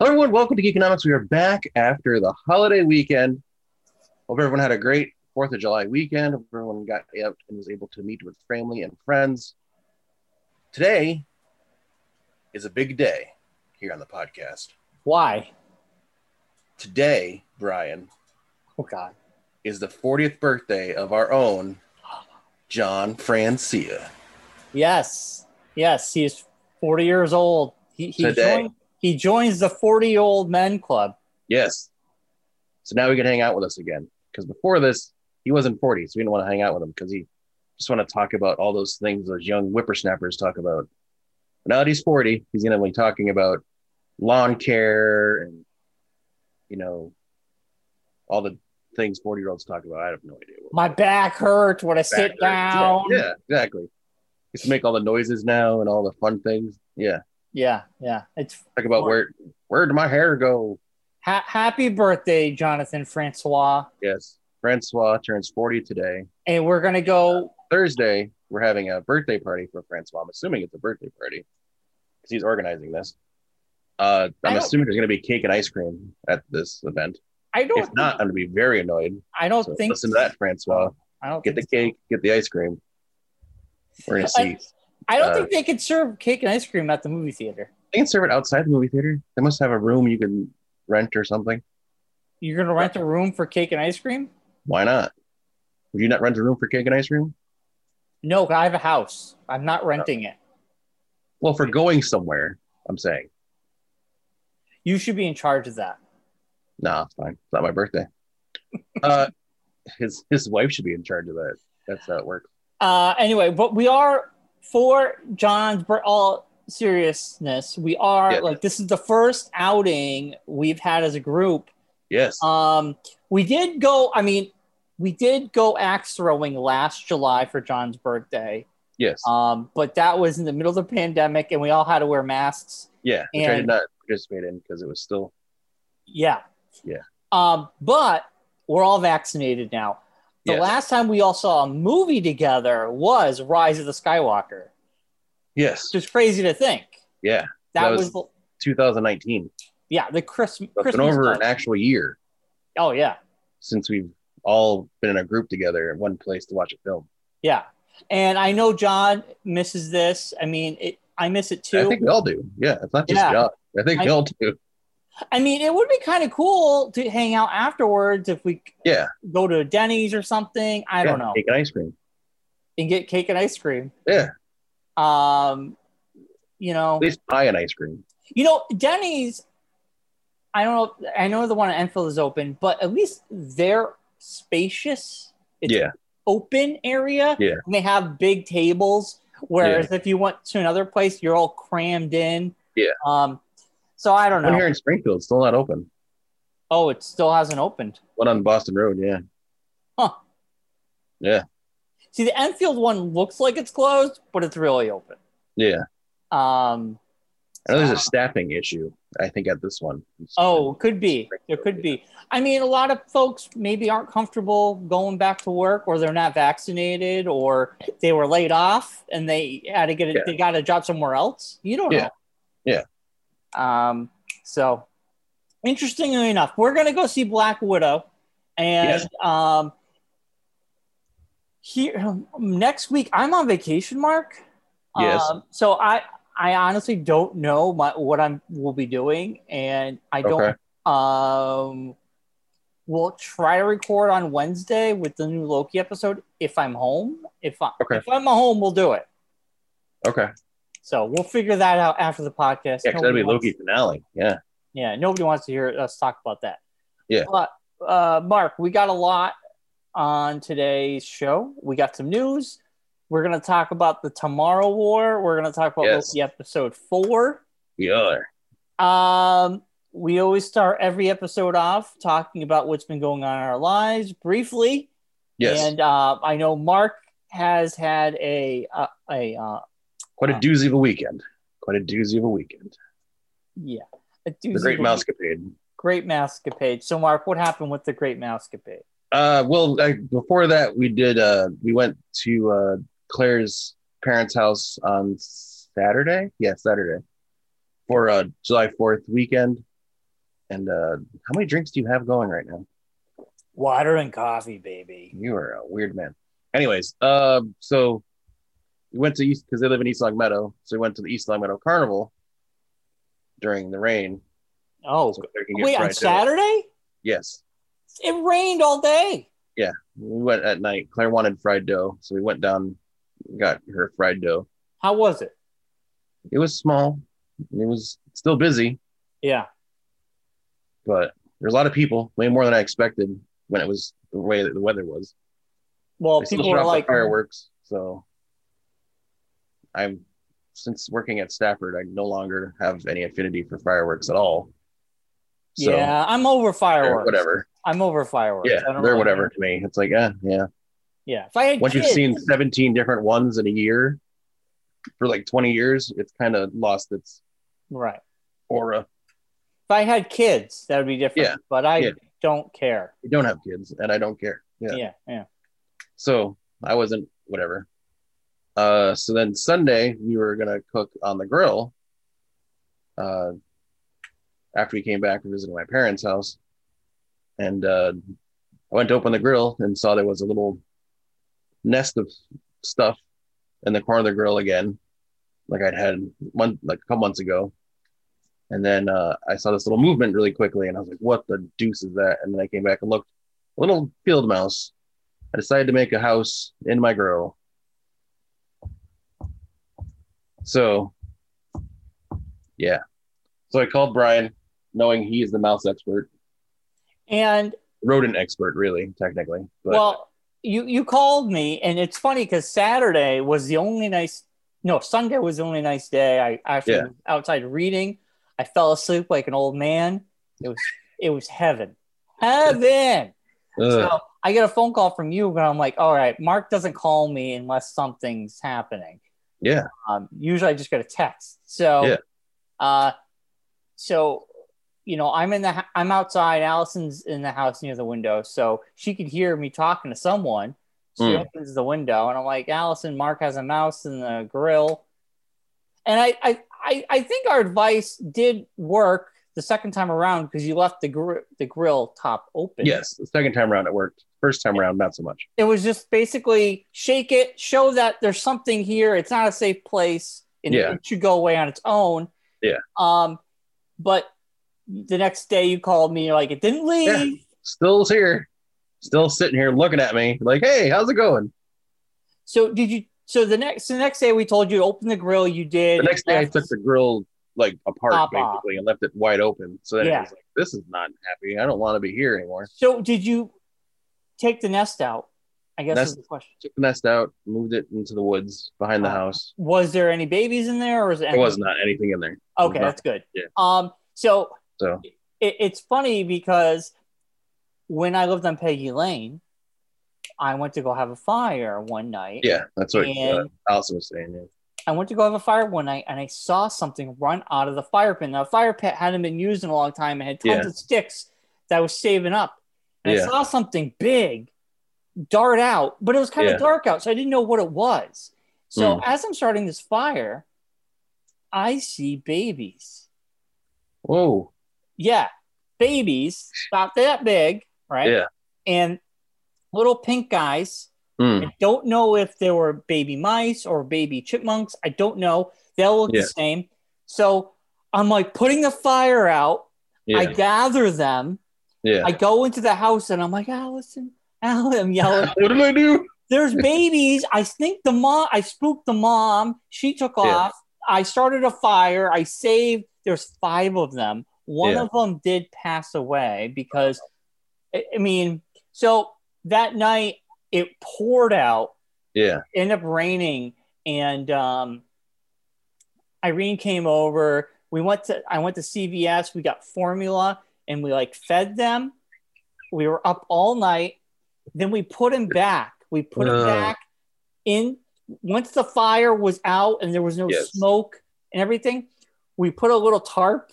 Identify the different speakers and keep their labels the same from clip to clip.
Speaker 1: welcome to Geekonomics. We are back after the holiday weekend. Hope everyone had a great Fourth of July weekend. Hope everyone got out and was able to meet with family and friends. Today is a big day here on the podcast.
Speaker 2: Why?
Speaker 1: Today, Brian,
Speaker 2: Oh God.
Speaker 1: is the 40th birthday of our own John Francia.
Speaker 2: Yes. Yes. He's 40 years old. He he,
Speaker 1: Today.
Speaker 2: joined, he joins the 40 old men club.
Speaker 1: Yes. So now he can hang out with us again. Because before this, he wasn't 40, so we didn't want to hang out with him because he just want to talk about all those things those young whippersnappers talk about. But now that he's 40, he's going to be talking about lawn care and, you know, all the things 40 year olds talk about. I have no idea. what-
Speaker 2: My back hurts when I
Speaker 1: back
Speaker 2: sit
Speaker 1: there.
Speaker 2: down.
Speaker 1: Yeah, yeah, exactly. He to make all the noises now and all the fun things. Yeah.
Speaker 2: Yeah. Yeah. It's
Speaker 1: Talk about where where did my hair go?
Speaker 2: ha- happy birthday, Jonathan Francois.
Speaker 1: Yes. Francois turns 40 today.
Speaker 2: And we're gonna go.
Speaker 1: Thursday, we're having a birthday party for Francois. I'm assuming it's a birthday party because he's organizing this. Uh,
Speaker 2: I
Speaker 1: I'm
Speaker 2: don't-
Speaker 1: assuming there's going to be cake and ice cream at this event.
Speaker 2: I don't.
Speaker 1: If not, I'm going to be very annoyed.
Speaker 2: I don't
Speaker 1: So
Speaker 2: think.
Speaker 1: listen to that, Francois.
Speaker 2: I don't
Speaker 1: Get the
Speaker 2: think,
Speaker 1: cake, get the ice cream. We're going to see.
Speaker 2: I- I don't
Speaker 1: uh,
Speaker 2: think they could serve cake and ice cream at the movie theater.
Speaker 1: They can serve it outside the movie theater. They must have a room you can rent or something.
Speaker 2: You're gonna rent a room for cake and ice cream?
Speaker 1: Why not? Would you not rent a room for cake and ice cream?
Speaker 2: No, I have a house. I'm not renting it.
Speaker 1: Well, for going somewhere, I'm saying.
Speaker 2: You should be in charge of that.
Speaker 1: Nah, it's fine. It's not my birthday. Uh, his his wife should be in charge of that. That's how it works.
Speaker 2: Uh, anyway, but we are for John's for all seriousness. We are
Speaker 1: Yeah.
Speaker 2: like this is the first outing we've had as a group.
Speaker 1: Yes.
Speaker 2: Um, we did go. I mean, we did go axe throwing last July for John's birthday.
Speaker 1: yes.
Speaker 2: Um, but that was in the middle of the pandemic, and we all had to wear masks.
Speaker 1: yeah. Which I did
Speaker 2: and-
Speaker 1: not participate in because it was still
Speaker 2: Yeah.
Speaker 1: Yeah.
Speaker 2: Um, but we're all vaccinated now. The
Speaker 1: Yes.
Speaker 2: last time we all saw a movie together was Rise of the Skywalker,
Speaker 1: yes.
Speaker 2: which is crazy to think.
Speaker 1: Yeah.
Speaker 2: That,
Speaker 1: That
Speaker 2: was,
Speaker 1: was- 2019.
Speaker 2: yeah, the Christmas.
Speaker 1: So it's been
Speaker 2: Christmas
Speaker 1: over
Speaker 2: time.
Speaker 1: an actual year
Speaker 2: oh yeah,
Speaker 1: since we've all been in a group together in one place to watch a film.
Speaker 2: yeah. And I know John misses this. I mean, it, I miss it too.
Speaker 1: I think we all do. Yeah. It's not just
Speaker 2: Yeah.
Speaker 1: John. I think we
Speaker 2: I-
Speaker 1: all do.
Speaker 2: I mean, it would be kind of cool to hang out afterwards if we
Speaker 1: Yeah.
Speaker 2: go to Denny's or something. I don't know
Speaker 1: Cake and ice cream.
Speaker 2: and get cake and ice cream.
Speaker 1: Yeah.
Speaker 2: Um, you know,
Speaker 1: At least pie and ice cream.
Speaker 2: You know, Denny's. I don't know. I know the one at Enfield is open, but at least they're spacious. It's
Speaker 1: yeah.
Speaker 2: open area.
Speaker 1: Yeah.
Speaker 2: And they have big tables. Whereas if you went to another place, you're all crammed in.
Speaker 1: Yeah.
Speaker 2: Um. So I don't
Speaker 1: One here
Speaker 2: know.
Speaker 1: in Springfield, it's still not open.
Speaker 2: Oh, it still hasn't opened.
Speaker 1: One on Boston Road. Yeah.
Speaker 2: See, the Enfield one looks like it's closed, but it's really open.
Speaker 1: Yeah.
Speaker 2: Um.
Speaker 1: I know Oh, there's a staffing issue, I think, at this one.
Speaker 2: Oh, could be. There could be. I mean, a lot of folks maybe aren't comfortable going back to work, or they're not vaccinated, or they were laid off and they had to get a,
Speaker 1: Yeah.
Speaker 2: they got a job somewhere else. You don't
Speaker 1: Yeah.
Speaker 2: know. Um. So, interestingly enough, we're gonna go see Black Widow, and
Speaker 1: Yes.
Speaker 2: um, here next week I'm on vacation, Mark.
Speaker 1: Yes.
Speaker 2: Um, so I I honestly don't know my, what I'm will be doing, and I don't
Speaker 1: Okay.
Speaker 2: um, we'll try to record on Wednesday with the new Loki episode if I'm home. If I,
Speaker 1: Okay.
Speaker 2: if I'm home, we'll do it.
Speaker 1: Okay.
Speaker 2: So we'll figure that out after the podcast.
Speaker 1: Yeah, 'cause that'd be
Speaker 2: Nobody wants-
Speaker 1: Loki finale. Yeah.
Speaker 2: Yeah, nobody wants to hear us talk about that.
Speaker 1: Yeah.
Speaker 2: But uh, Mark, we got a lot on today's show. We got some news. We're gonna talk about the Tomorrow War. We're gonna talk about
Speaker 1: Yes.
Speaker 2: Loki episode four.
Speaker 1: We are.
Speaker 2: Um, we always start every episode off talking about what's been going on in our lives briefly.
Speaker 1: Yes.
Speaker 2: And uh, I know Mark has had a uh, a uh,
Speaker 1: Quite a doozy of a weekend. Quite a doozy of a weekend.
Speaker 2: yeah a
Speaker 1: The Great
Speaker 2: doozy-
Speaker 1: Mousecapade.
Speaker 2: great mousecapade. So Mark, what happened with the great mousecapade?
Speaker 1: Uh, well, I, before that, we did. Uh, we went to uh, Claire's parents' house on Saturday. Yeah, Saturday for uh, July Fourth weekend. And uh, how many drinks do you have going right now?
Speaker 2: Water and coffee, baby.
Speaker 1: You are a weird man. Anyways, uh, so we went to East because they live in East Long Meadow, so we went to the East Long Meadow Carnival during the rain.
Speaker 2: Oh,
Speaker 1: so they can get
Speaker 2: wait,
Speaker 1: fried
Speaker 2: on
Speaker 1: out.
Speaker 2: Saturday?
Speaker 1: Yes,
Speaker 2: It rained all day.
Speaker 1: we went at night. Claire wanted fried dough, so we went down, got her fried dough.
Speaker 2: How was it?
Speaker 1: It was small, and it was still busy,
Speaker 2: Yeah.
Speaker 1: but there's a lot of people, way more than I expected when it was the way that the weather was.
Speaker 2: Well,
Speaker 1: They still
Speaker 2: people
Speaker 1: shot
Speaker 2: were
Speaker 1: off the
Speaker 2: like,
Speaker 1: fireworks, so I'm since working at Stafford, I no longer have any affinity for fireworks at all. So,
Speaker 2: yeah, I'm over
Speaker 1: they're
Speaker 2: fireworks.
Speaker 1: whatever.
Speaker 2: I'm over fireworks.
Speaker 1: Yeah,
Speaker 2: I don't
Speaker 1: they're
Speaker 2: really-
Speaker 1: whatever to me. It's like, eh, yeah.
Speaker 2: Yeah. If I had
Speaker 1: once you've
Speaker 2: kids-
Speaker 1: seen 17 different ones in a year for like 20 years, it's kind of lost its
Speaker 2: right.
Speaker 1: aura.
Speaker 2: If I had kids, that would be different.
Speaker 1: Yeah.
Speaker 2: But I
Speaker 1: Yeah.
Speaker 2: don't care.
Speaker 1: I don't have kids and I don't care. Yeah.
Speaker 2: Yeah. Yeah.
Speaker 1: So I wasn't whatever. Uh, so then Sunday we were gonna cook on the grill. Uh, after we came back and visited my parents' house, and uh, I went to open the grill and saw there was a little nest of stuff in the corner of the grill again, like I'd had one like a couple months ago. And then uh, I saw this little movement really quickly, and I was like, "What the deuce is that?" And then I came back and looked. A little field mouse I decided to make a house in my grill. So, yeah. So I called Brian, knowing he is the mouse expert,
Speaker 2: And
Speaker 1: rodent expert, really, technically. But
Speaker 2: well, you you called me, and it's funny because Saturday was the only nice. No, Sunday was the only nice day. I actually
Speaker 1: Yeah.
Speaker 2: was outside reading. I fell asleep like an old man. It was it was heaven, heaven.
Speaker 1: Ugh,
Speaker 2: So I get a phone call from you, but I'm like, all right, Mark doesn't call me unless something's happening.
Speaker 1: yeah,
Speaker 2: Um, usually I just get a text. So,
Speaker 1: Yeah.
Speaker 2: uh, so you know, I'm in the ho- I'm outside. Allison's in the house near the window, so she could hear me talking to someone. She
Speaker 1: Hmm.
Speaker 2: opens the window, and I'm like, Allison, Mark has a mouse in the grill, and I I I, I think our advice did work the second time around because you left the gr- the grill top open.
Speaker 1: yes. The second time around it worked. First time around, not so much.
Speaker 2: It was just basically shake it, show that there's something here. It's not a safe place, and
Speaker 1: Yeah.
Speaker 2: it should go away on its own.
Speaker 1: Yeah.
Speaker 2: Um, but the next day you called me, you're like, it didn't leave.
Speaker 1: Still's here, still sitting here looking at me like, "Hey, how's it going?"
Speaker 2: So did you? So the next, so the next day we told you to open the grill. You did.
Speaker 1: The next day, I took the grill like apart
Speaker 2: Pop off.
Speaker 1: basically and left it wide open. So then it
Speaker 2: Yeah.
Speaker 1: was like, "This is not happy. I don't want to be here anymore."
Speaker 2: So did you take the nest out? I guess is
Speaker 1: Nest-
Speaker 2: the question.
Speaker 1: took the nest out, moved it into the woods behind the
Speaker 2: Uh,
Speaker 1: house.
Speaker 2: Was there any babies in there, or was it?
Speaker 1: There was not anything in there.
Speaker 2: Okay,
Speaker 1: No.
Speaker 2: that's good.
Speaker 1: Yeah.
Speaker 2: Um. So
Speaker 1: So
Speaker 2: it, it's funny because when I lived on Peggy Lane, I went to go have a fire one night.
Speaker 1: yeah, that's what uh,
Speaker 2: And-
Speaker 1: Allison was saying. Yeah.
Speaker 2: I went to go have a fire one night and I saw something run out of the fire pit. Now, the fire pit hadn't been used in a long time and had tons
Speaker 1: Yeah.
Speaker 2: of sticks that I was saving up. And
Speaker 1: Yeah.
Speaker 2: I saw something big dart out, but it was kind
Speaker 1: Yeah. Hmm.
Speaker 2: of dark out, so I didn't know what it was. So as I'm starting this fire, I see babies.
Speaker 1: Whoa.
Speaker 2: yeah, babies about that big, right?
Speaker 1: Yeah.
Speaker 2: And little pink guys.
Speaker 1: Mm.
Speaker 2: I don't know if they were baby mice or baby chipmunks. I don't know. They all look
Speaker 1: Yeah.
Speaker 2: the same. So I'm like putting the fire out.
Speaker 1: Yeah.
Speaker 2: I gather them.
Speaker 1: yeah.
Speaker 2: I go into the house and I'm like, Allison, Allison, I'm yelling.
Speaker 1: what did I do?
Speaker 2: There's babies. I think the mom, I spooked the mom. She took
Speaker 1: Yeah.
Speaker 2: off. I started a fire. I saved. There's five of them. One
Speaker 1: Yeah.
Speaker 2: of them did pass away because, I I mean, so that night it poured out,
Speaker 1: Yeah.
Speaker 2: ended up raining, and um, Irene came over. We went to, I went to CVS. We got formula and we like fed them. We were up all night. Then we put him back. We put him
Speaker 1: Ugh.
Speaker 2: back in once the fire was out and there was no
Speaker 1: Yes.
Speaker 2: smoke and everything. We put a little tarp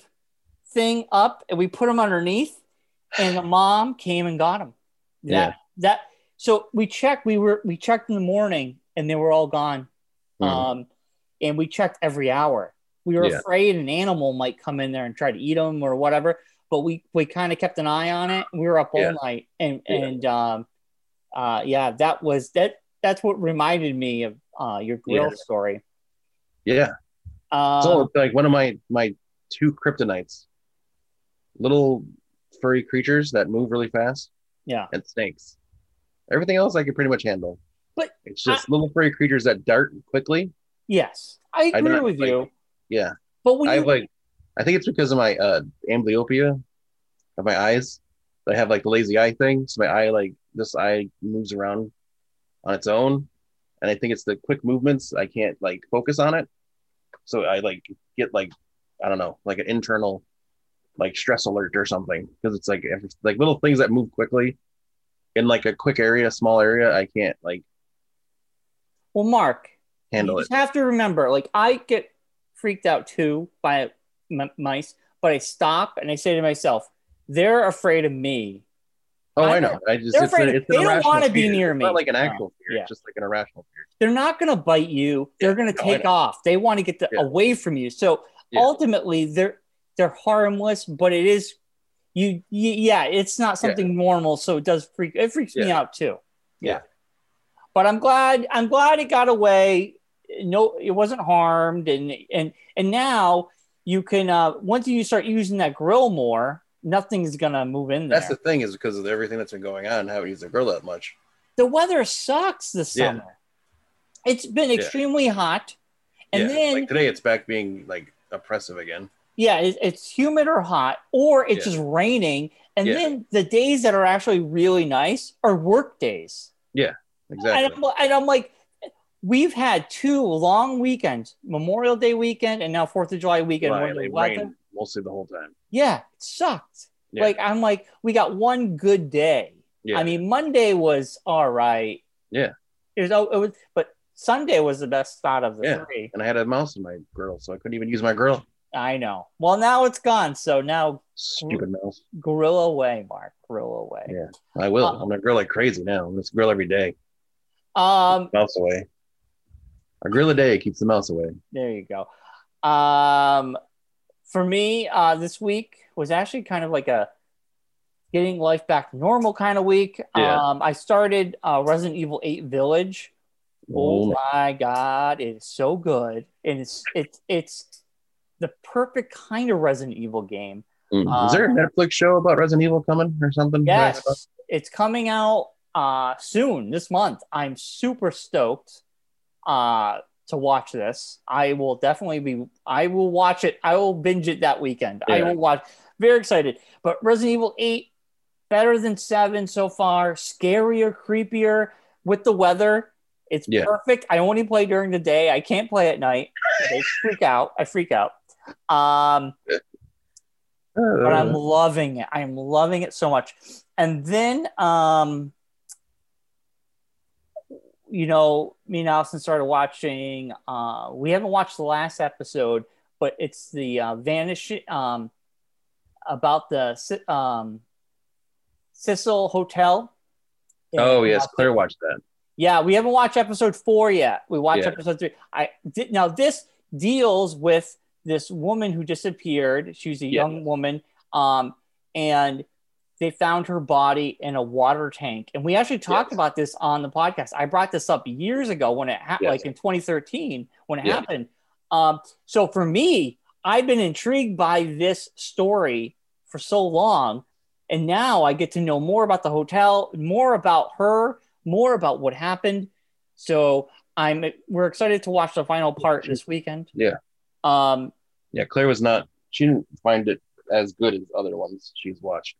Speaker 2: thing up and we put him underneath. And the mom came and got him. That,
Speaker 1: Yeah.
Speaker 2: that so we checked. We were we checked in the morning and they were all gone.
Speaker 1: Mm.
Speaker 2: Um, and we checked every hour. We were
Speaker 1: Yeah.
Speaker 2: afraid an animal might come in there and try to eat them or whatever. but we we kind of kept an eye on it. We were up all
Speaker 1: Yeah.
Speaker 2: night, and
Speaker 1: Yeah.
Speaker 2: and um, uh, yeah, that was that. That's what reminded me of uh, your grill
Speaker 1: Yeah.
Speaker 2: story.
Speaker 1: Yeah.
Speaker 2: Um,
Speaker 1: It's all like one of my my two kryptonites. Little furry creatures that move really fast
Speaker 2: yeah,
Speaker 1: and snakes. Everything else I can pretty much handle.
Speaker 2: But
Speaker 1: it's just little furry creatures that dart quickly.
Speaker 2: yes, I
Speaker 1: I
Speaker 2: agree
Speaker 1: not
Speaker 2: with
Speaker 1: like-
Speaker 2: you.
Speaker 1: Yeah.
Speaker 2: But when
Speaker 1: I
Speaker 2: you,
Speaker 1: have like I think it's because of my uh amblyopia of my eyes. I have like the lazy eye thing. So my eye like this eye moves around on its own. And I think it's the quick movements. I can't like focus on it. So I like get like I don't know, like an internal like stress alert or something. Because it's like if it's, like little things that move quickly in like a quick area, a small area, I can't like
Speaker 2: well, Mark,
Speaker 1: handle
Speaker 2: you
Speaker 1: it.
Speaker 2: just have to remember, like I get freaked out too by m- mice, but I stop and I say to myself, "They're afraid of me."
Speaker 1: Oh,
Speaker 2: I
Speaker 1: I know. I just
Speaker 2: they're
Speaker 1: it's, a-
Speaker 2: afraid-
Speaker 1: it's
Speaker 2: they
Speaker 1: an
Speaker 2: don't
Speaker 1: irrational
Speaker 2: wanna be
Speaker 1: fear.
Speaker 2: near
Speaker 1: It's
Speaker 2: me.
Speaker 1: Not like an
Speaker 2: No.
Speaker 1: actual fear.
Speaker 2: Yeah.
Speaker 1: It's just like an irrational fear.
Speaker 2: they're not going to bite you. They're going to
Speaker 1: No, I
Speaker 2: take
Speaker 1: know.
Speaker 2: off. They want to get the,
Speaker 1: Yeah.
Speaker 2: away from you. So
Speaker 1: Yeah.
Speaker 2: ultimately, they're they're harmless, but it is you. y- yeah, it's not something normal, so it does freak. It freaks me out too.
Speaker 1: Yeah.
Speaker 2: but I'm glad. I'm glad it got away. No, it wasn't harmed, and and and now you can uh, once you start using that grill more, nothing's going to move in there.
Speaker 1: That's the thing is because of everything that's been going on, I haven't used the grill that much.
Speaker 2: the weather sucks this
Speaker 1: Yeah.
Speaker 2: summer. It's been extremely hot, and
Speaker 1: yeah,
Speaker 2: then.
Speaker 1: like today, it's back being like oppressive again.
Speaker 2: yeah it, it's humid or hot or it's
Speaker 1: Yeah.
Speaker 2: just raining and
Speaker 1: Yeah.
Speaker 2: then the days that are actually really nice are work days and,
Speaker 1: Exactly.
Speaker 2: I'm, and i'm like we've had two long weekends memorial day weekend and now fourth of july weekend
Speaker 1: Why,
Speaker 2: where
Speaker 1: they
Speaker 2: the weather-
Speaker 1: rain mostly the whole time.
Speaker 2: yeah it sucked
Speaker 1: Yeah.
Speaker 2: like i'm like we got one good day
Speaker 1: Yeah.
Speaker 2: i mean monday was all right
Speaker 1: Yeah.
Speaker 2: it was, oh, it was but sunday was the best out of the
Speaker 1: Yeah.
Speaker 2: three
Speaker 1: and I had a mouse in my grill, so I couldn't even use my grill.
Speaker 2: i know well now it's gone so now
Speaker 1: Stupid
Speaker 2: Mm.
Speaker 1: mouse.
Speaker 2: grill away mark grill away
Speaker 1: Yeah. I will.
Speaker 2: Uh,
Speaker 1: I'm gonna grill like crazy now. I'm gonna grill every day.
Speaker 2: um
Speaker 1: Mouse away. A grill a day keeps the mouse away.
Speaker 2: There you go. Um, for me, uh, this week was actually kind of like a getting life back to normal kind of week.
Speaker 1: Yeah.
Speaker 2: Um, I started uh, Resident Evil 8 Village. Oh
Speaker 1: Oh,
Speaker 2: my god, it is so good, and it's it's it's the perfect kind of Resident Evil game.
Speaker 1: mm. is there a
Speaker 2: uh,
Speaker 1: Netflix show about Resident Evil coming or something?
Speaker 2: Yes, it's coming out uh, soon this month. I'm super stoked uh, to watch this. I will definitely be. I will watch it. I will binge it that weekend. I
Speaker 1: Yeah.
Speaker 2: will watch. Very excited. But Resident Evil Eight, better than Seven so far. Scarier, creepier with the weather. It's
Speaker 1: Yeah.
Speaker 2: perfect. I only play during the day. I can't play at night. I freak out. I freak out. Um,
Speaker 1: Uh,
Speaker 2: but I'm loving it. I'm loving it so much. And then, um, you know, me and Allison started watching. Uh, we haven't watched the last episode, but it's the uh, vanishing um, about the Si- um, Cecil Hotel. in
Speaker 1: oh yes,
Speaker 2: Las
Speaker 1: Claire watched that.
Speaker 2: yeah, we haven't watched episode four yet. We watched
Speaker 1: Yeah.
Speaker 2: episode three. I did now this deals with this woman who disappeared. She was a
Speaker 1: Yeah.
Speaker 2: young woman, um, and they found her body in a water tank. And we actually talked
Speaker 1: Yes.
Speaker 2: about this on the podcast. I brought this up years ago when it happened,
Speaker 1: Yes.
Speaker 2: like in 2013 when it
Speaker 1: Yeah.
Speaker 2: happened. Um, so for me, I've been intrigued by this story for so long, and now I get to know more about the hotel, more about her more about what happened. So I'm we're excited to watch the final part this weekend.
Speaker 1: Yeah.
Speaker 2: Um
Speaker 1: Yeah, Claire was not. She didn't find it as good as other ones she's watched.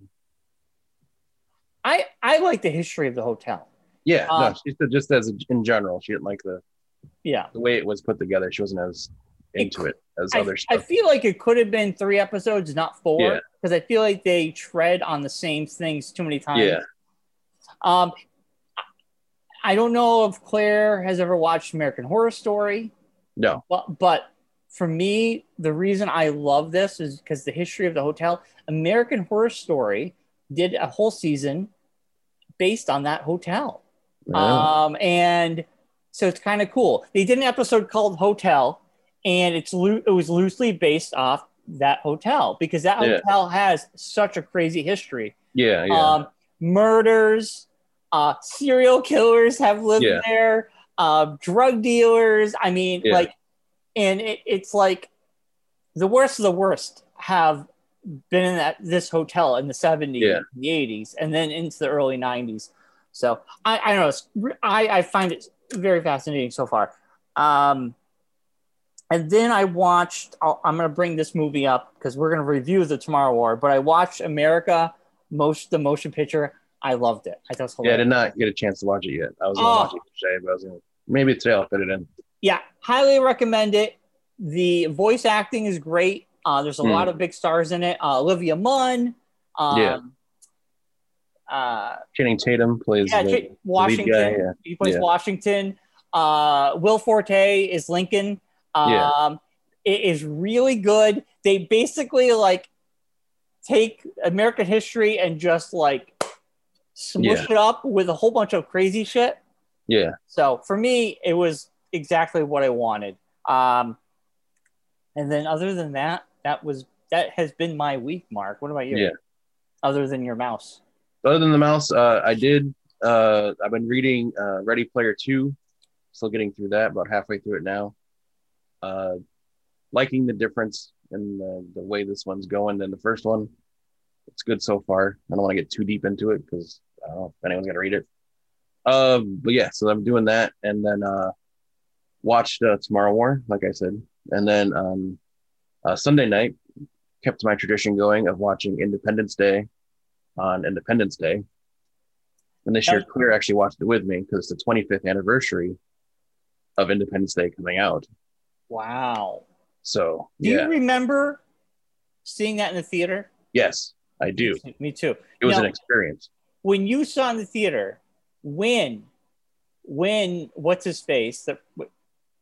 Speaker 2: I I like the history of the hotel.
Speaker 1: Yeah,
Speaker 2: Um,
Speaker 1: no, she said just as in general, she didn't like the,
Speaker 2: Yeah.
Speaker 1: the way it was put together. She wasn't as into it as
Speaker 2: I,
Speaker 1: other
Speaker 2: I
Speaker 1: stuff.
Speaker 2: feel like it could have been three episodes, not
Speaker 1: Yeah.
Speaker 2: four, because I feel like they tread on the same things too many times.
Speaker 1: yeah,
Speaker 2: Um I don't know if Claire has ever watched American Horror Story.
Speaker 1: no,
Speaker 2: Well, but for me, the reason I love this is because the history of the hotel, American Horror Story, did a whole season based on that hotel.
Speaker 1: No.
Speaker 2: Um, and so it's kind of cool. They did an episode called Hotel, and it's loo- it was loosely based off that hotel because that
Speaker 1: Yeah.
Speaker 2: hotel has such a crazy history.
Speaker 1: Yeah, yeah.
Speaker 2: Um, murders, uh, serial killers have lived
Speaker 1: Yeah.
Speaker 2: there, uh, drug dealers. I mean,
Speaker 1: Yeah.
Speaker 2: like, and it, it's like the worst of the worst have been in that this hotel in the 70s,
Speaker 1: Yeah.
Speaker 2: the 80s, and then into the early 90s. So I, I don't know. It's, re- I, I find it very fascinating so far. Um, and then I watched, I'll, I'm going to bring this movie up because we're going to review the Tomorrow War, but I watched America, most the motion picture. I loved it. I thought it was
Speaker 1: yeah, I
Speaker 2: hilarious.
Speaker 1: did not get a chance to watch it yet. I was gonna
Speaker 2: Oh.
Speaker 1: watch it today, but I was gonna maybe today I'll fit it in.
Speaker 2: yeah, highly recommend it. The voice acting is great. Uh, there's a
Speaker 1: Hmm.
Speaker 2: lot of big stars in it. Uh, Olivia Munn. Um,
Speaker 1: Yeah.
Speaker 2: Uh,
Speaker 1: Channing Tatum plays
Speaker 2: yeah,
Speaker 1: the,
Speaker 2: Ch- Washington.
Speaker 1: Washington. Guy, yeah.
Speaker 2: He plays
Speaker 1: Yeah.
Speaker 2: Washington. Uh, Will Forte is Lincoln. Um,
Speaker 1: Yeah.
Speaker 2: It is really good. They basically like take American history and just like smush it up with a whole bunch of crazy shit.
Speaker 1: yeah,
Speaker 2: So for me, it was exactly what I wanted. Um, and then other than that, that was that has been my week, Mark. What about you?
Speaker 1: Yeah.
Speaker 2: Other than your mouse.
Speaker 1: Other than the mouse, uh, I did. Uh, I've been reading uh, Ready Player Two. Still getting through that. About halfway through it now. Uh, liking the difference in the, the way this one's going than the first one. It's good so far. I don't want to get too deep into it because I don't know if anyone's gonna read it. Um, but yeah, so I'm doing that, and then uh, watched uh, Tomorrow War, like I said, and then um, uh, Sunday night kept my tradition going of watching Independence Day on Independence Day. And this year,
Speaker 2: Yep.
Speaker 1: Clear actually watched it with me because it's the 25th anniversary of Independence Day coming out.
Speaker 2: Wow.
Speaker 1: So
Speaker 2: Do
Speaker 1: yeah,
Speaker 2: you remember seeing that in the theater?
Speaker 1: yes, I do.
Speaker 2: Me too.
Speaker 1: It was
Speaker 2: Now-
Speaker 1: an experience.
Speaker 2: When you saw in the theater, when, when what's his face? The,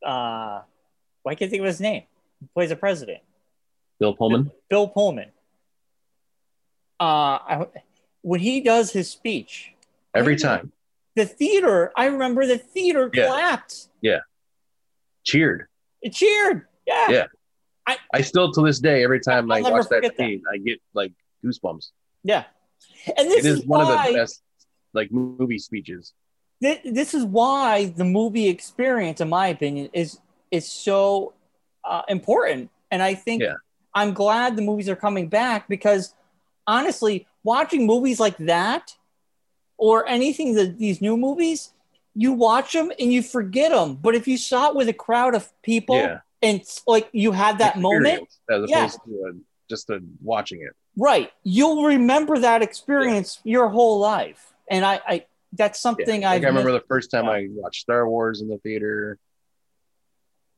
Speaker 2: uh, why can't I think of his name? He plays a president.
Speaker 1: Bill Pullman.
Speaker 2: Bill Pullman. Uh, I, when he does his speech,
Speaker 1: Every
Speaker 2: Really?
Speaker 1: time,
Speaker 2: the theater, I remember the theater
Speaker 1: Yeah.
Speaker 2: clapped.
Speaker 1: cheered.
Speaker 2: It cheered. Yeah.
Speaker 1: Yeah. I still, to this day, every time I
Speaker 2: I'll never
Speaker 1: watch that
Speaker 2: forget that.
Speaker 1: scene, I get like goosebumps.
Speaker 2: Yeah. And this
Speaker 1: it is, one
Speaker 2: why,
Speaker 1: of the best like movie speeches.
Speaker 2: thi- this is why the movie experience, in my opinion, is is so uh, important. And I think
Speaker 1: Yeah.
Speaker 2: I'm glad the movies are coming back because honestly, watching movies like that or anything that these new movies, you watch them and you forget them. But if you saw it with a crowd of people
Speaker 1: yeah,
Speaker 2: and it's like you had that moment,
Speaker 1: Experience, as opposed
Speaker 2: Yeah.
Speaker 1: to uh, just uh, watching it.
Speaker 2: Right. You'll remember that experience your whole life. And I, I that's
Speaker 1: Yeah.
Speaker 2: something
Speaker 1: Like,
Speaker 2: I've
Speaker 1: I remember
Speaker 2: missed.
Speaker 1: the first time I watched Star Wars in the theater.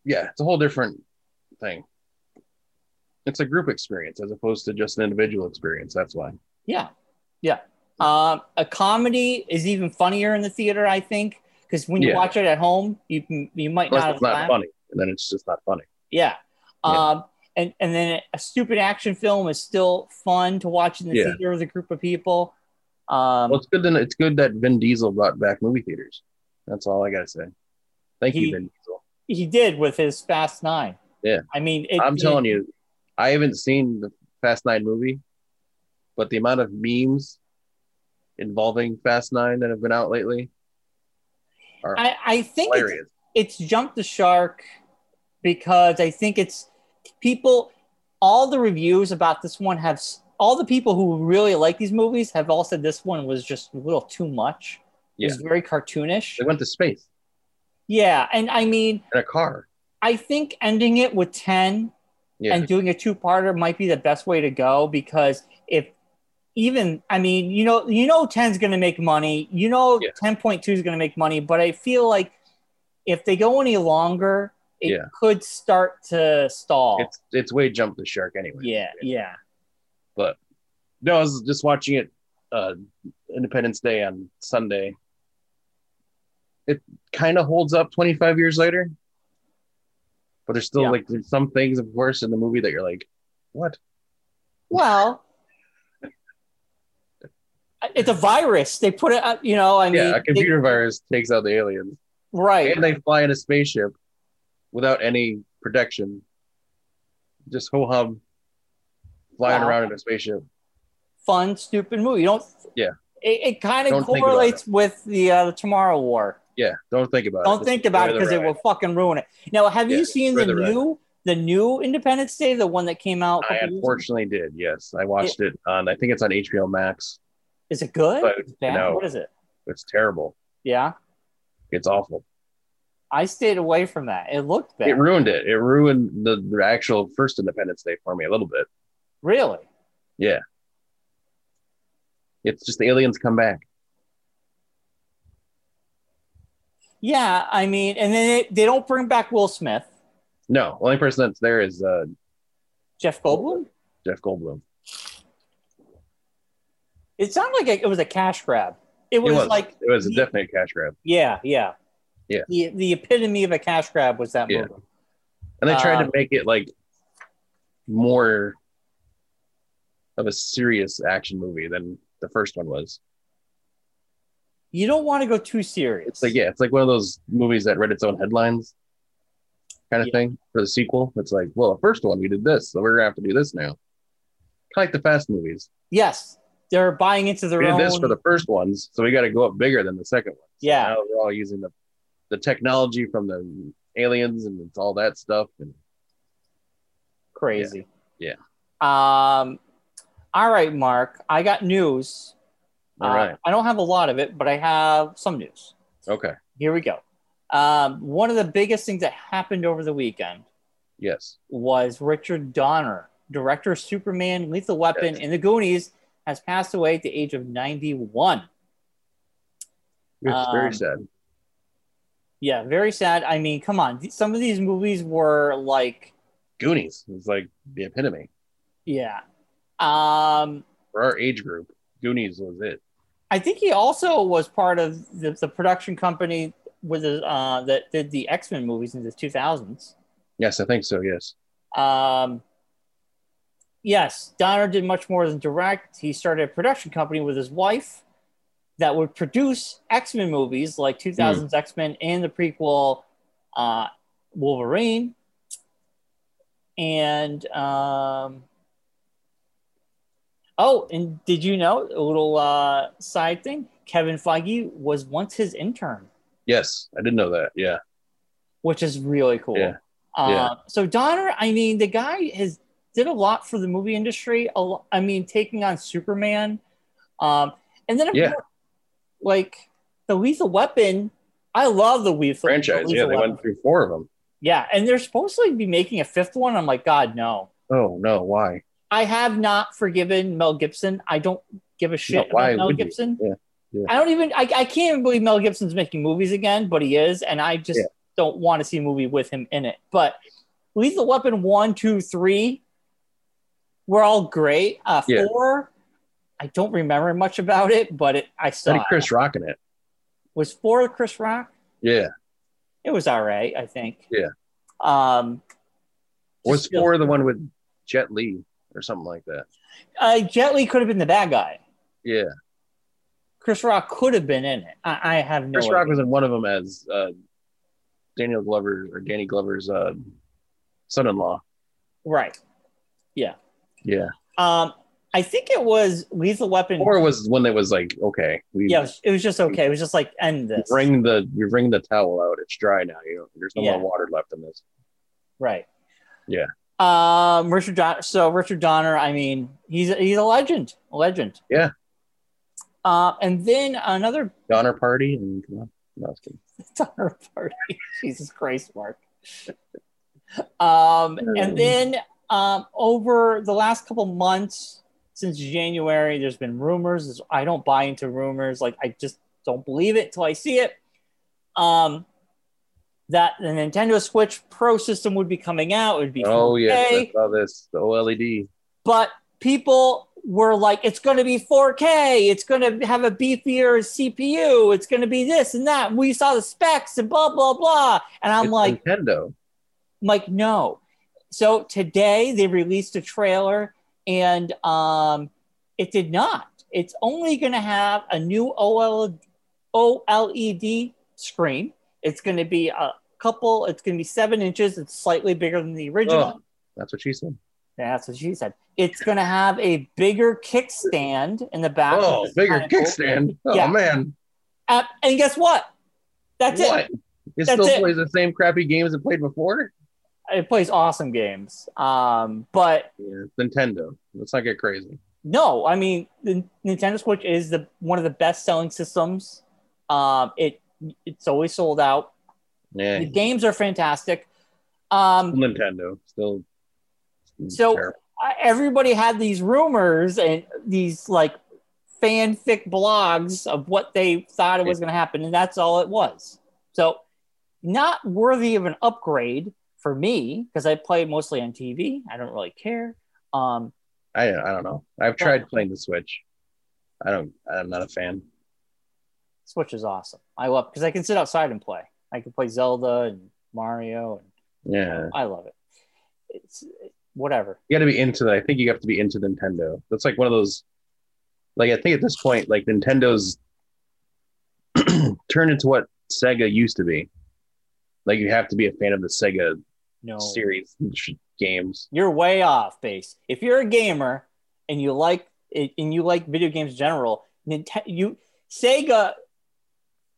Speaker 1: Yeah, it's a whole different thing. It's a group experience as opposed to just an individual experience. That's why.
Speaker 2: Yeah. Yeah. Um, a comedy is even funnier in the theater, I think, because when you
Speaker 1: Yeah.
Speaker 2: watch it at home, you can, you might
Speaker 1: Plus,
Speaker 2: not
Speaker 1: it's
Speaker 2: have
Speaker 1: not
Speaker 2: laughed.
Speaker 1: funny, and then it's just not funny.
Speaker 2: Yeah.
Speaker 1: Yeah.
Speaker 2: Um, and, and then a stupid action film is still fun to watch in the
Speaker 1: Yeah.
Speaker 2: theater with a group of people. Um,
Speaker 1: Well, it's good. Then it's good that Vin Diesel brought back movie theaters. That's all I gotta say. Thank
Speaker 2: He-
Speaker 1: you, Vin Diesel.
Speaker 2: he did with his Fast Nine.
Speaker 1: Yeah.
Speaker 2: I mean, it,
Speaker 1: I'm
Speaker 2: it-
Speaker 1: telling you, I haven't seen the Fast Nine movie, but the amount of memes involving Fast Nine that have been out lately are
Speaker 2: I, I think it's,
Speaker 1: hilarious.
Speaker 2: it's jumped the shark because I think it's people. All the reviews about this one have s- all the people who really like these movies have all said this one was just a little too much. It was very cartoonish.
Speaker 1: They went to space
Speaker 2: Yeah, and I mean,
Speaker 1: in a car.
Speaker 2: I think ending it with ten
Speaker 1: Yeah,
Speaker 2: and doing a two-parter might be the best way to go because if even I mean, you know, you know, 10's going to make money. You know,
Speaker 1: Yeah.
Speaker 2: 10.2 is going to make money, but I feel like if they go any longer, it
Speaker 1: Yeah.
Speaker 2: could start to stall.
Speaker 1: it's it's way jump the shark anyway.
Speaker 2: yeah, yeah.
Speaker 1: but no, I was just watching it uh Independence Day on Sunday. It kind of holds up 25 years later. But there's still
Speaker 2: Yeah.
Speaker 1: like there's some things, of course, in the movie that you're like, what?
Speaker 2: Well, it's a virus. They put it up, you know, I mean,
Speaker 1: yeah, a
Speaker 2: they-
Speaker 1: computer virus takes out the aliens.
Speaker 2: right.
Speaker 1: And they fly in a spaceship without any protection. Just ho hum. flying
Speaker 2: Wow.
Speaker 1: around in a spaceship.
Speaker 2: Fun, stupid movie. You don't.
Speaker 1: Yeah.
Speaker 2: It, it kind of
Speaker 1: Don't think about
Speaker 2: correlates with the uh, the Tomorrow War.
Speaker 1: Yeah, don't think about it.
Speaker 2: Don't
Speaker 1: Just
Speaker 2: think about it
Speaker 1: enjoy
Speaker 2: because
Speaker 1: the
Speaker 2: it
Speaker 1: ride.
Speaker 2: will fucking ruin it. Now, have
Speaker 1: Yeah,
Speaker 2: you seen the
Speaker 1: enjoy the ride.
Speaker 2: new the new Independence Day, the one that came out? a
Speaker 1: I
Speaker 2: couple years ago?
Speaker 1: unfortunately did. Yes, I watched it on. I think it's on HBO Max.
Speaker 2: Is it good?
Speaker 1: But,
Speaker 2: Is it bad?
Speaker 1: no.
Speaker 2: What is it?
Speaker 1: It's terrible.
Speaker 2: Yeah,
Speaker 1: It's awful.
Speaker 2: I stayed away from that. It looked bad.
Speaker 1: It ruined it. It ruined the, the actual first Independence Day for me a little bit.
Speaker 2: really?
Speaker 1: It's just the aliens come back.
Speaker 2: Yeah, I mean, and then it, they don't bring back Will Smith,
Speaker 1: No, the only person that's there is uh,
Speaker 2: Jeff Goldblum.
Speaker 1: Jeff Goldblum.
Speaker 2: It sounded like it was a cash grab. It
Speaker 1: It
Speaker 2: was,
Speaker 1: was,
Speaker 2: like,
Speaker 1: it was a definite cash grab,
Speaker 2: yeah, yeah,
Speaker 1: Yeah.
Speaker 2: The, the epitome of a cash grab was that
Speaker 1: Yeah.
Speaker 2: movie.
Speaker 1: and they tried
Speaker 2: Uh,
Speaker 1: to make it like more of a serious action movie than the first one was.
Speaker 2: You don't want to go too serious.
Speaker 1: It's like yeah, it's like one of those movies that read its own headlines, kind of
Speaker 2: Yeah.
Speaker 1: thing for the sequel. It's like, well, the first one we did this, so we're gonna have to do this now. Kind of like the Fast movies.
Speaker 2: Yes, they're buying into their
Speaker 1: We
Speaker 2: own.
Speaker 1: did this for the first ones, so we got to go up bigger than the second one. So
Speaker 2: Yeah.
Speaker 1: now we're all using the the technology from the aliens and it's all that stuff. And
Speaker 2: crazy.
Speaker 1: Yeah.
Speaker 2: Um, all right, Mark. I got news.
Speaker 1: all
Speaker 2: Uh,
Speaker 1: right,
Speaker 2: I don't have a lot of it, but I have some news.
Speaker 1: okay,
Speaker 2: Here we go. Um, one of the biggest things that happened over the weekend
Speaker 1: yes,
Speaker 2: was Richard Donner, director of Superman, Lethal Weapon, and The Goonies, has passed away at the age of 91.
Speaker 1: it's
Speaker 2: Um,
Speaker 1: very sad.
Speaker 2: Yeah, very sad. I mean, come on. th- Some of these movies were like,
Speaker 1: Goonies is like the epitome
Speaker 2: yeah. Um,
Speaker 1: for our age group. Goonies was it.
Speaker 2: I think he also was part of the, the production company with the, uh, that did the X Men movies in the 2000s.
Speaker 1: Yes, I think so. Yes,
Speaker 2: Um, yes, Donner did much more than direct. He started a production company with his wife that would produce X Men movies like 2000's X Men and the prequel uh, Wolverine. And um, oh, and did you know a little uh, side thing? Kevin Feige was once his intern
Speaker 1: yes, I did know that. Yeah.
Speaker 2: which is really cool.
Speaker 1: Yeah.
Speaker 2: Uh,
Speaker 1: Yeah.
Speaker 2: So Donner, I mean, the guy has did a lot for the movie industry. A lo- I mean, taking on Superman, um, and then of
Speaker 1: Yeah.
Speaker 2: course, like the Lethal Weapon. I love the Lethal
Speaker 1: franchise.
Speaker 2: the
Speaker 1: Yeah,
Speaker 2: Lethal
Speaker 1: they
Speaker 2: Weapon.
Speaker 1: went through four of them.
Speaker 2: Yeah, and they're supposed to be making a fifth one. I'm like, God, no.
Speaker 1: Oh no, why?
Speaker 2: I have not forgiven Mel Gibson. I don't give a shit
Speaker 1: why
Speaker 2: about Mel
Speaker 1: would you?
Speaker 2: Gibson.
Speaker 1: Yeah, yeah.
Speaker 2: I don't even. I, I can't even believe Mel Gibson's making movies again, but he is, and I just
Speaker 1: Yeah.
Speaker 2: don't want to see a movie with him in it. But Lethal Weapon one, two, three, were all great. Uh,
Speaker 1: Yeah.
Speaker 2: Four, I don't remember much about it, but it I saw.
Speaker 1: Had
Speaker 2: it.
Speaker 1: Chris rocking it.
Speaker 2: Was four Chris Rock?
Speaker 1: Yeah.
Speaker 2: It was all right, I think.
Speaker 1: Yeah.
Speaker 2: Um,
Speaker 1: Was
Speaker 2: just feel-
Speaker 1: four the one with Jet Li or something like that?
Speaker 2: Uh, Jet Li could have been the bad guy.
Speaker 1: Yeah.
Speaker 2: Chris Rock could have been in it. I, I have no.
Speaker 1: Chris
Speaker 2: idea.
Speaker 1: Rock was in one of them as uh, Daniel Glover or Danny Glover's uh, son-in-law.
Speaker 2: Right.
Speaker 1: Yeah.
Speaker 2: Um, I think it was Lethal Weapon.
Speaker 1: Four was one that was like, okay, we
Speaker 2: Hmm. yeah, it was, it was just okay. It was just like end this.
Speaker 1: wring the you wring the towel out. It's dry now. You know, there's no
Speaker 2: Yeah.
Speaker 1: more water left in this.
Speaker 2: Right.
Speaker 1: Yeah.
Speaker 2: Um, Richard Don- so Richard Donner, I mean, he's he's a legend, a legend.
Speaker 1: Yeah.
Speaker 2: Uh, and then another
Speaker 1: Donner party and come on. No, I was kidding.
Speaker 2: Donner party. Jesus Christ, Mark. Um, and then um, over the last couple months since January, there's been rumors. There's- I don't buy into rumors. Like I just don't believe it till I see it. Um, that the Nintendo Switch Pro system would be coming out. It would be
Speaker 1: Oh yeah, I
Speaker 2: 4K,
Speaker 1: saw this. The E OLED.
Speaker 2: but people were like, "It's going to be 4K. It's going to have a beefier CPU. It's going to be this and that." We saw the specs and blah blah blah. And I'm
Speaker 1: It's
Speaker 2: like,
Speaker 1: Nintendo.
Speaker 2: I'm like, no. So today they released a trailer and um, it did not. It's only going to have a new OL- OLED E screen. It's going to be a couple, it's going to be seven inches. It's slightly bigger than the original.
Speaker 1: Oh, that's what she said.
Speaker 2: That's what she said. It's going to have a bigger kickstand in the back.
Speaker 1: Oh, bigger kickstand. Oh
Speaker 2: Yeah.
Speaker 1: man,
Speaker 2: Uh, and guess what? That's
Speaker 1: what?
Speaker 2: it.
Speaker 1: It,
Speaker 2: That's
Speaker 1: still
Speaker 2: it.
Speaker 1: plays the same crappy games it played before.
Speaker 2: It plays awesome games. Um, but
Speaker 1: Yeah, it's Nintendo. Let's not get crazy.
Speaker 2: no, I mean, the Nintendo Switch is the one of the best selling systems. Um, it it's always sold out.
Speaker 1: Yeah,
Speaker 2: The games are fantastic. Um,
Speaker 1: Nintendo still.
Speaker 2: So- I- everybody had these rumors and these like fanfic blogs of what they thought it was going to happen, and that's all it was. So, not worthy of an upgrade for me because I play mostly on TV. I don't really care. Um,
Speaker 1: I I don't know. I've tried playing the Switch. I don't. I'm not a fan.
Speaker 2: Switch is awesome. I love because I can sit outside and play. I can play Zelda and Mario,
Speaker 1: Yeah,
Speaker 2: and I love it. It's whatever.
Speaker 1: you got to be into that. I think you have to be into Nintendo. That's like one of those. Like I think at this point, like Nintendo's turned into what Sega used to be. Like you have to be a fan of the Sega
Speaker 2: No,
Speaker 1: series sh- games.
Speaker 2: you're way off base. If you're a gamer and you like it, and you like video games in general, Nintendo, you Sega,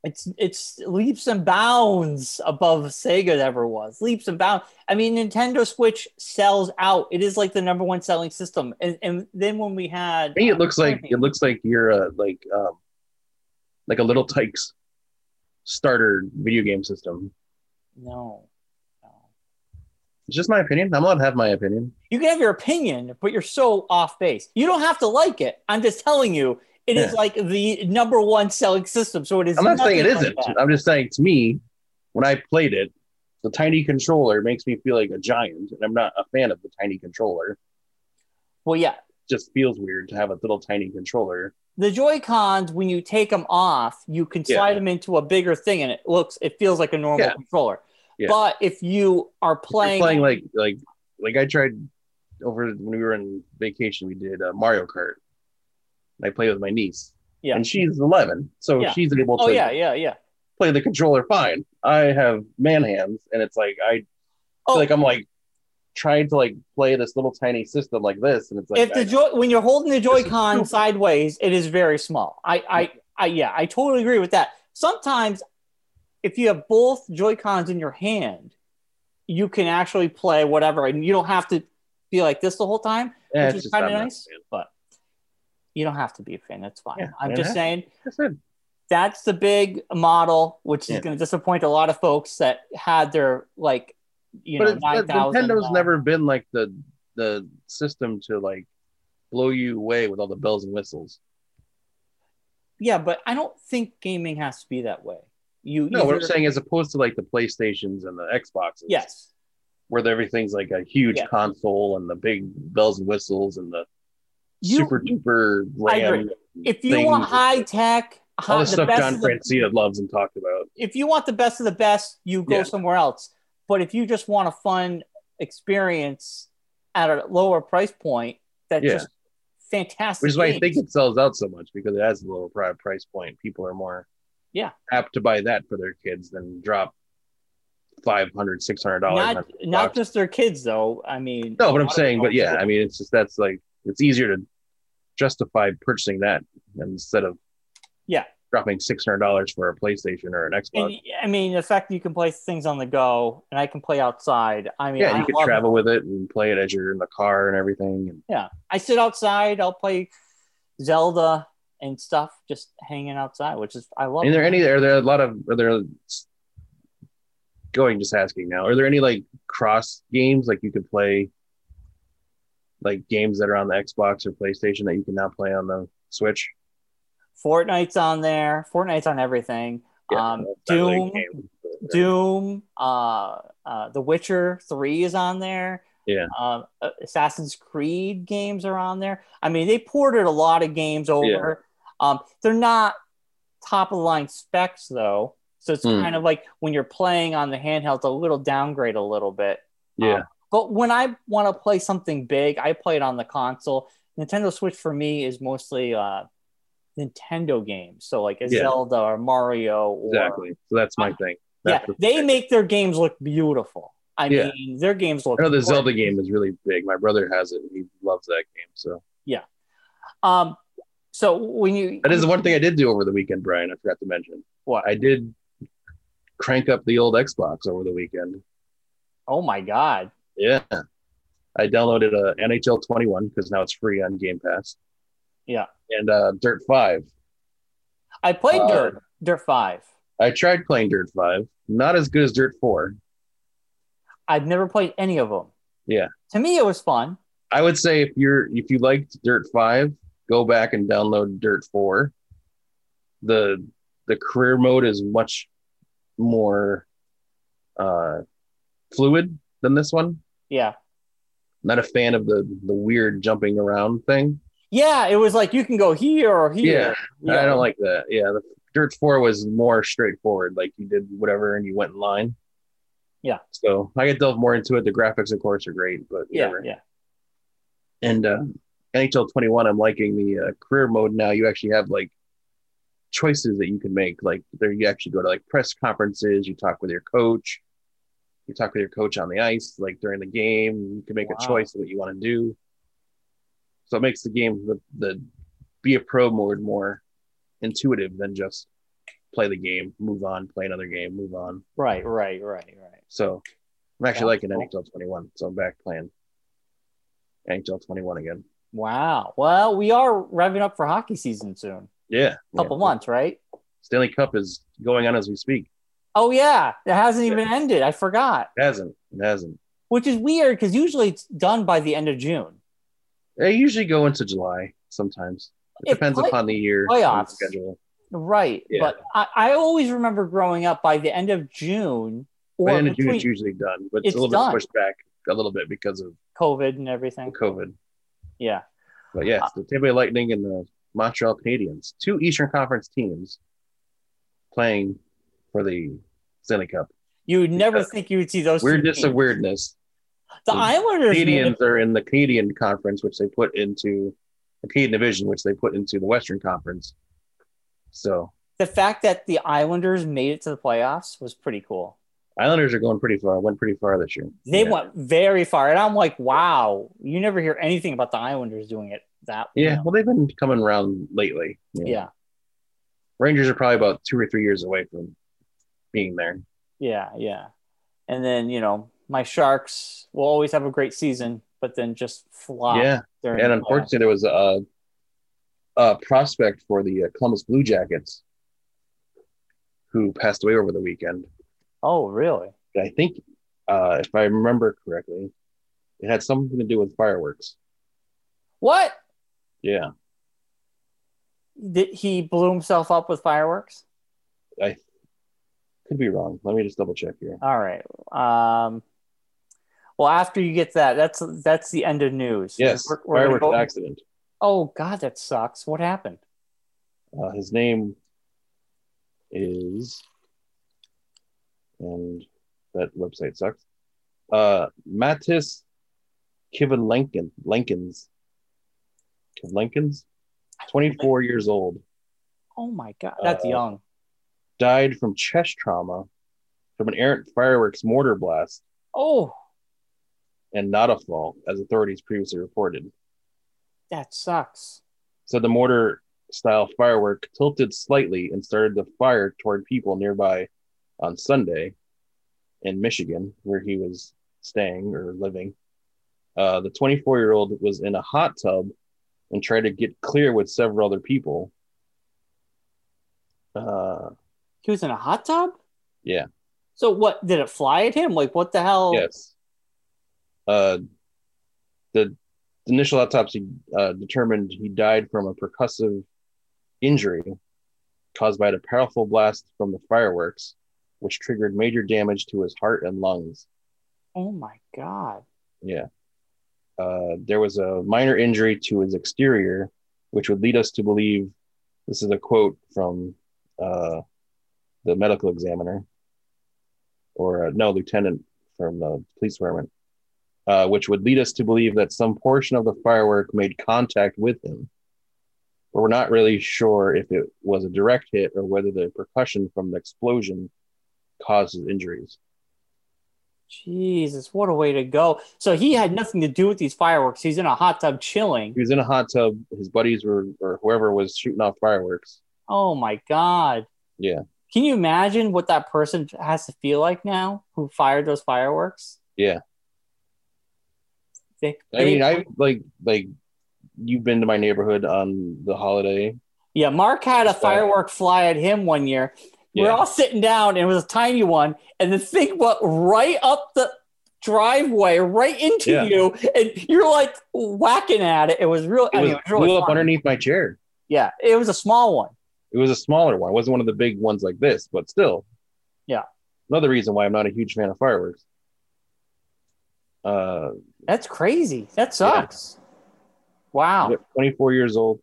Speaker 2: it's it's leaps and bounds above Sega ever was. Leaps and bounds. I mean, Nintendo Switch sells out. It is like the number one selling system. And, and then when we had, uh,
Speaker 1: I think it looks like it looks like you're uh, like um like a little Tykes starter video game system.
Speaker 2: no, no.
Speaker 1: It's just my opinion. I'm allowed to have my opinion.
Speaker 2: You can have your opinion, but you're so off base. You don't have to like it. I'm just telling you, it is
Speaker 1: Yeah.
Speaker 2: like the number one selling system. So it is.
Speaker 1: I'm not saying it
Speaker 2: nothing like
Speaker 1: isn't.
Speaker 2: that.
Speaker 1: I'm just saying to me, when I played it, the tiny controller makes me feel like a giant, and I'm not a fan of the tiny controller.
Speaker 2: Well, yeah,
Speaker 1: It just feels weird to have a little tiny controller.
Speaker 2: the Joy Cons when you take them off, you can
Speaker 1: Yeah.
Speaker 2: slide them into a bigger thing, and it looks, it feels like a normal
Speaker 1: Yeah.
Speaker 2: controller.
Speaker 1: Yeah.
Speaker 2: But if you are
Speaker 1: You're
Speaker 2: playing,
Speaker 1: playing like like like I tried over when we were on vacation. We did uh, Mario Kart. I play with my niece.
Speaker 2: Yeah.
Speaker 1: And she's 11, so
Speaker 2: Yeah.
Speaker 1: she's able to
Speaker 2: oh yeah, yeah, yeah.
Speaker 1: play the controller fine. I have man hands, and it's like I feel
Speaker 2: Oh.
Speaker 1: like I'm like trying to like play this little tiny system like this, and it's like
Speaker 2: if the
Speaker 1: I-
Speaker 2: joy when you're holding the
Speaker 1: is
Speaker 2: Joy-Con
Speaker 1: stupid.
Speaker 2: sideways, it is very small. I, I, I, yeah, I totally agree with that. Sometimes, if you have both Joy-Cons in your hand, you can actually play whatever, and you don't have to be like this the whole time.
Speaker 1: eh, it's
Speaker 2: which is
Speaker 1: just
Speaker 2: kind of
Speaker 1: I'm not-
Speaker 2: nice, but you don't have to be a fan. That's fine.
Speaker 1: Yeah,
Speaker 2: I'm
Speaker 1: yeah.
Speaker 2: just saying
Speaker 1: That's it.
Speaker 2: that's the big model, which is
Speaker 1: Yeah.
Speaker 2: going to disappoint a lot of folks that had their like, you
Speaker 1: but
Speaker 2: know,
Speaker 1: it's,
Speaker 2: nine
Speaker 1: but
Speaker 2: thousand.
Speaker 1: Nintendo's never been like the the system to like blow you away with all the bells and whistles.
Speaker 2: Yeah, but I don't think gaming has to be that way. You
Speaker 1: No, what I'm
Speaker 2: either-
Speaker 1: saying as opposed to like the PlayStations and the Xboxes,
Speaker 2: Yes.
Speaker 1: where everything's like a huge
Speaker 2: Yeah.
Speaker 1: console and the big bells and whistles and the
Speaker 2: You-
Speaker 1: super duper
Speaker 2: I
Speaker 1: RAM.
Speaker 2: If you
Speaker 1: things
Speaker 2: want
Speaker 1: and
Speaker 2: high tech,
Speaker 1: all
Speaker 2: high,
Speaker 1: the
Speaker 2: the
Speaker 1: stuff
Speaker 2: best
Speaker 1: John
Speaker 2: of the,
Speaker 1: Francia loves and talked about.
Speaker 2: if you want the best of the best, you go
Speaker 1: Yeah.
Speaker 2: somewhere else. But if you just want a fun experience at a lower price point, that's
Speaker 1: Yeah.
Speaker 2: just fantastic.
Speaker 1: which is why I
Speaker 2: games.
Speaker 1: think it sells out so much because it has a lower pri- price point. People are more
Speaker 2: Yeah.
Speaker 1: apt to buy that for their kids than drop 500 600 dollars.
Speaker 2: not not just their kids though. I mean,
Speaker 1: no, but
Speaker 2: a
Speaker 1: I'm
Speaker 2: lot of
Speaker 1: saying, but
Speaker 2: adults
Speaker 1: yeah,
Speaker 2: would-
Speaker 1: I mean, it's just that's like it's easier to justify purchasing that instead of
Speaker 2: Yeah.
Speaker 1: dropping 600 dollars for a PlayStation or an Xbox.
Speaker 2: And, I mean, the fact that you can play things on the go and I can play outside. I mean,
Speaker 1: yeah,
Speaker 2: I
Speaker 1: you can
Speaker 2: love
Speaker 1: travel with it and play it as you're in the car and everything. And
Speaker 2: I sit outside. I'll play Zelda and stuff, just hanging outside, which is I love.
Speaker 1: Are there
Speaker 2: it.
Speaker 1: any? Are there a lot of? Are there going? Just asking now. Are there any like cross games like you could play? Like games that are on the Xbox or PlayStation that you can now play on the Switch.
Speaker 2: Fortnite's on there. Fortnite's on everything. um, Doom, Doom, uh, uh, The Witcher Three is on there.
Speaker 1: Yeah.
Speaker 2: Um, Uh, Assassin's Creed games are on there. I mean, they ported a lot of games over. Um, they're not top of the line specs though, so it's
Speaker 1: Hmm.
Speaker 2: kind of like when you're playing on the handheld, it's a little downgrade a little bit.
Speaker 1: Yeah,
Speaker 2: Um, but when I want to play something big, I play it on the console. Nintendo Switch for me is mostly uh, Nintendo games, so like a
Speaker 1: Yeah.
Speaker 2: Zelda or Mario or
Speaker 1: exactly. So that's my thing. That's
Speaker 2: yeah,
Speaker 1: the-
Speaker 2: they make their games look beautiful. I
Speaker 1: Yeah.
Speaker 2: mean, their games look.
Speaker 1: I know the
Speaker 2: gorgeous.
Speaker 1: Zelda game is really big. My brother has it. and He loves that game. So
Speaker 2: Um, so when you
Speaker 1: that is the one thing I did do over the weekend, Brian. I forgot to mention.
Speaker 2: What?
Speaker 1: I did crank up the old Xbox over the weekend.
Speaker 2: Oh my god!
Speaker 1: Yeah. I downloaded uh, NHL 21 because now it's free on Game Pass.
Speaker 2: Yeah.
Speaker 1: And uh, Dirt 5.
Speaker 2: I played
Speaker 1: Uh,
Speaker 2: Dirt Dirt Five.
Speaker 1: I tried playing Dirt 5. Not as good as Dirt 4.
Speaker 2: I've never played any of them.
Speaker 1: Yeah.
Speaker 2: To me, it was fun.
Speaker 1: I would say if you're if you liked Dirt 5, go back and download Dirt 4. The the career mode is much more uh, fluid than this one.
Speaker 2: Yeah.
Speaker 1: Not a fan of the the weird jumping around thing.
Speaker 2: Yeah, it was like you can go here or here. Yeah,
Speaker 1: I don't like that. Yeah, the Dirt Four was more straightforward. Like you did whatever and you went in line.
Speaker 2: Yeah.
Speaker 1: So I could delve more into it. The graphics, of course, are great, but
Speaker 2: Yeah,
Speaker 1: whatever.
Speaker 2: yeah.
Speaker 1: And uh, NHL 21, I'm liking the uh, career mode now. You actually have like choices that you can make. Like there, you actually go to like press conferences. You talk with your coach. You talk with your coach on the ice, like during the game. You can make
Speaker 2: Wow.
Speaker 1: a choice of what you want to do. So it makes the game the, the be a pro mode more intuitive than just play the game, move on, play another game, move on.
Speaker 2: Right, right, right, right.
Speaker 1: So I'm actually
Speaker 2: Sounds
Speaker 1: liking
Speaker 2: cool.
Speaker 1: NHL 21. So I'm back playing NHL 21 again.
Speaker 2: Wow. Well, we are revving up for hockey season soon.
Speaker 1: Yeah.
Speaker 2: A couple
Speaker 1: yeah.
Speaker 2: months, right?
Speaker 1: Stanley Cup is going on as we speak.
Speaker 2: Oh yeah, it hasn't even ended. I forgot.
Speaker 1: It hasn't. It hasn't.
Speaker 2: Which is weird because usually it's done by the end of June.
Speaker 1: They usually go into July sometimes. It,
Speaker 2: It
Speaker 1: depends
Speaker 2: play-
Speaker 1: upon the year and
Speaker 2: playoffs.
Speaker 1: schedule.
Speaker 2: Right.
Speaker 1: Yeah.
Speaker 2: But I, I always remember growing up by the end of June or
Speaker 1: By the end of June,
Speaker 2: between
Speaker 1: it's usually done, but it's,
Speaker 2: It's
Speaker 1: a little
Speaker 2: done.
Speaker 1: bit pushed back a little bit because of
Speaker 2: COVID and everything.
Speaker 1: COVID.
Speaker 2: Yeah.
Speaker 1: But
Speaker 2: Uh,
Speaker 1: yeah, it's the Tampa Bay Lightning and the Montreal Canadiens, two Eastern Conference teams, playing for the Stanley Cup.
Speaker 2: You would never
Speaker 1: Because
Speaker 2: think you would see those. two
Speaker 1: Weirdness of
Speaker 2: teams.
Speaker 1: weirdness.
Speaker 2: The
Speaker 1: the
Speaker 2: Islanders made
Speaker 1: Canadians
Speaker 2: it-
Speaker 1: are in the Canadian Conference, which they put into the Canadian Division, which they put into the Western Conference. So
Speaker 2: the fact that the Islanders made it to the playoffs was pretty cool.
Speaker 1: Islanders are going pretty far. Went pretty far this year.
Speaker 2: They
Speaker 1: yeah.
Speaker 2: went very far. And I'm like, wow, you never hear anything about the Islanders doing it that
Speaker 1: Yeah, well, they've been coming around lately.
Speaker 2: Yeah.
Speaker 1: Rangers are probably about two or three years away from being there.
Speaker 2: Yeah. Yeah. And then, you know, my Sharks will always have a great season, but then just flop.
Speaker 1: Yeah,
Speaker 2: during
Speaker 1: and
Speaker 2: the
Speaker 1: unfortunately, there was a, a prospect for the uh, Columbus Blue Jackets who passed away over the weekend.
Speaker 2: playoffs. Oh, really?
Speaker 1: I think, uh, if I remember correctly, it had something to do with fireworks.
Speaker 2: What?
Speaker 1: Yeah,
Speaker 2: Did he blew himself up with fireworks?
Speaker 1: could be wrong. Let me just double check here.
Speaker 2: All right. Um, well, after you get that, that's that's the end of news.
Speaker 1: Yes,
Speaker 2: We're- we're gonna
Speaker 1: fireworks
Speaker 2: go-
Speaker 1: accident.
Speaker 2: Oh God, that sucks. What happened?
Speaker 1: Uh, his name is, and that website sucks. Uh, Mattis Kivin Lincoln, Lincoln's, Lincoln's, 24 years old,
Speaker 2: Oh my God, that's
Speaker 1: Uh,
Speaker 2: young.
Speaker 1: died from chest trauma from an errant fireworks mortar blast
Speaker 2: Oh,
Speaker 1: and not a fall, as authorities previously reported.
Speaker 2: that sucks.
Speaker 1: So the mortar style firework tilted slightly and started to fire toward people nearby on Sunday in Michigan, where he was staying or living. Uh, the 24 year old was in a hot tub and tried to get clear with several other people. Uh,
Speaker 2: He was in a hot tub.
Speaker 1: Yeah.
Speaker 2: So what? Did it fly at him? Like what the hell?
Speaker 1: Yes. Uh, the, the initial autopsy uh, determined he died from a percussive injury caused by a powerful blast from the fireworks, which triggered major damage to his heart and lungs.
Speaker 2: Oh my God.
Speaker 1: Yeah. Uh, there was a minor injury to his exterior, which would lead us to believe this is a quote from uh, the medical examiner, or uh, no, lieutenant from the police department, uh, which would lead us to believe that some portion of the firework made contact with him. But we're not really sure if it was a direct hit or whether the percussion from the explosion caused his injuries.
Speaker 2: Jesus, what a way to go. So he had nothing to do with these fireworks. He's in a hot tub chilling.
Speaker 1: He was in a hot tub. His buddies were, or whoever was shooting off fireworks.
Speaker 2: Oh my God.
Speaker 1: Yeah.
Speaker 2: Can you imagine what that person has to feel like now who fired those fireworks?
Speaker 1: Yeah.
Speaker 2: They-
Speaker 1: I mean,
Speaker 2: they-
Speaker 1: I like, like, you've been to my neighborhood on the holiday.
Speaker 2: yeah, Mark had a
Speaker 1: Sorry.
Speaker 2: firework fly at him one year. We're
Speaker 1: Yeah.
Speaker 2: all sitting down, and it was a tiny one, and the thing went right up the driveway, right into
Speaker 1: Yeah.
Speaker 2: you, and you're like whacking at it. It was real.
Speaker 1: It
Speaker 2: I
Speaker 1: was,
Speaker 2: mean, it was really
Speaker 1: blew up
Speaker 2: fun.
Speaker 1: underneath my chair.
Speaker 2: Yeah, it was a small one.
Speaker 1: It was a smaller one. It wasn't one of the big ones like this, but still.
Speaker 2: Yeah.
Speaker 1: Another reason why I'm not a huge fan of fireworks. Uh,
Speaker 2: That's crazy. That sucks. Wow.
Speaker 1: 24 years old.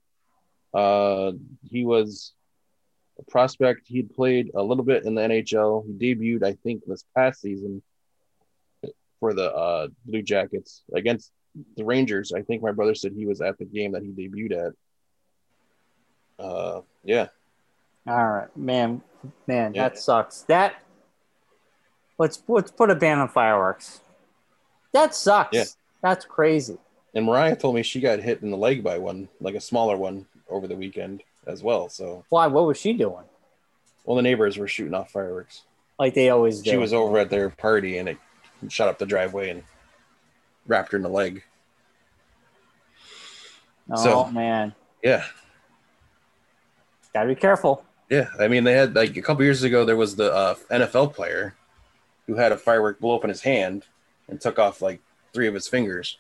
Speaker 1: Uh, he was a prospect. He had played a little bit in the NHL. He debuted, I think, this past season for the uh, Blue Jackets against the Rangers. I think my brother said he was at the game that he debuted at. Uh, yeah,
Speaker 2: All right, man. Man,
Speaker 1: Yeah.
Speaker 2: that sucks. That let's let's put a ban on fireworks. That sucks.
Speaker 1: Yeah.
Speaker 2: That's crazy.
Speaker 1: and Mariah told me she got hit in the leg by one, like a smaller one, over the weekend as well. So,
Speaker 2: Why? What was she doing?
Speaker 1: well, the neighbors were shooting off fireworks.
Speaker 2: Like they always do.
Speaker 1: She was over at their party and it shot up the driveway and wrapped her in the leg.
Speaker 2: Oh
Speaker 1: so-
Speaker 2: man,
Speaker 1: Yeah,
Speaker 2: gotta be careful.
Speaker 1: yeah. I mean, they had like a couple years ago. There was the uh, NFL player who had a firework blow up in his hand and took off like three of his fingers,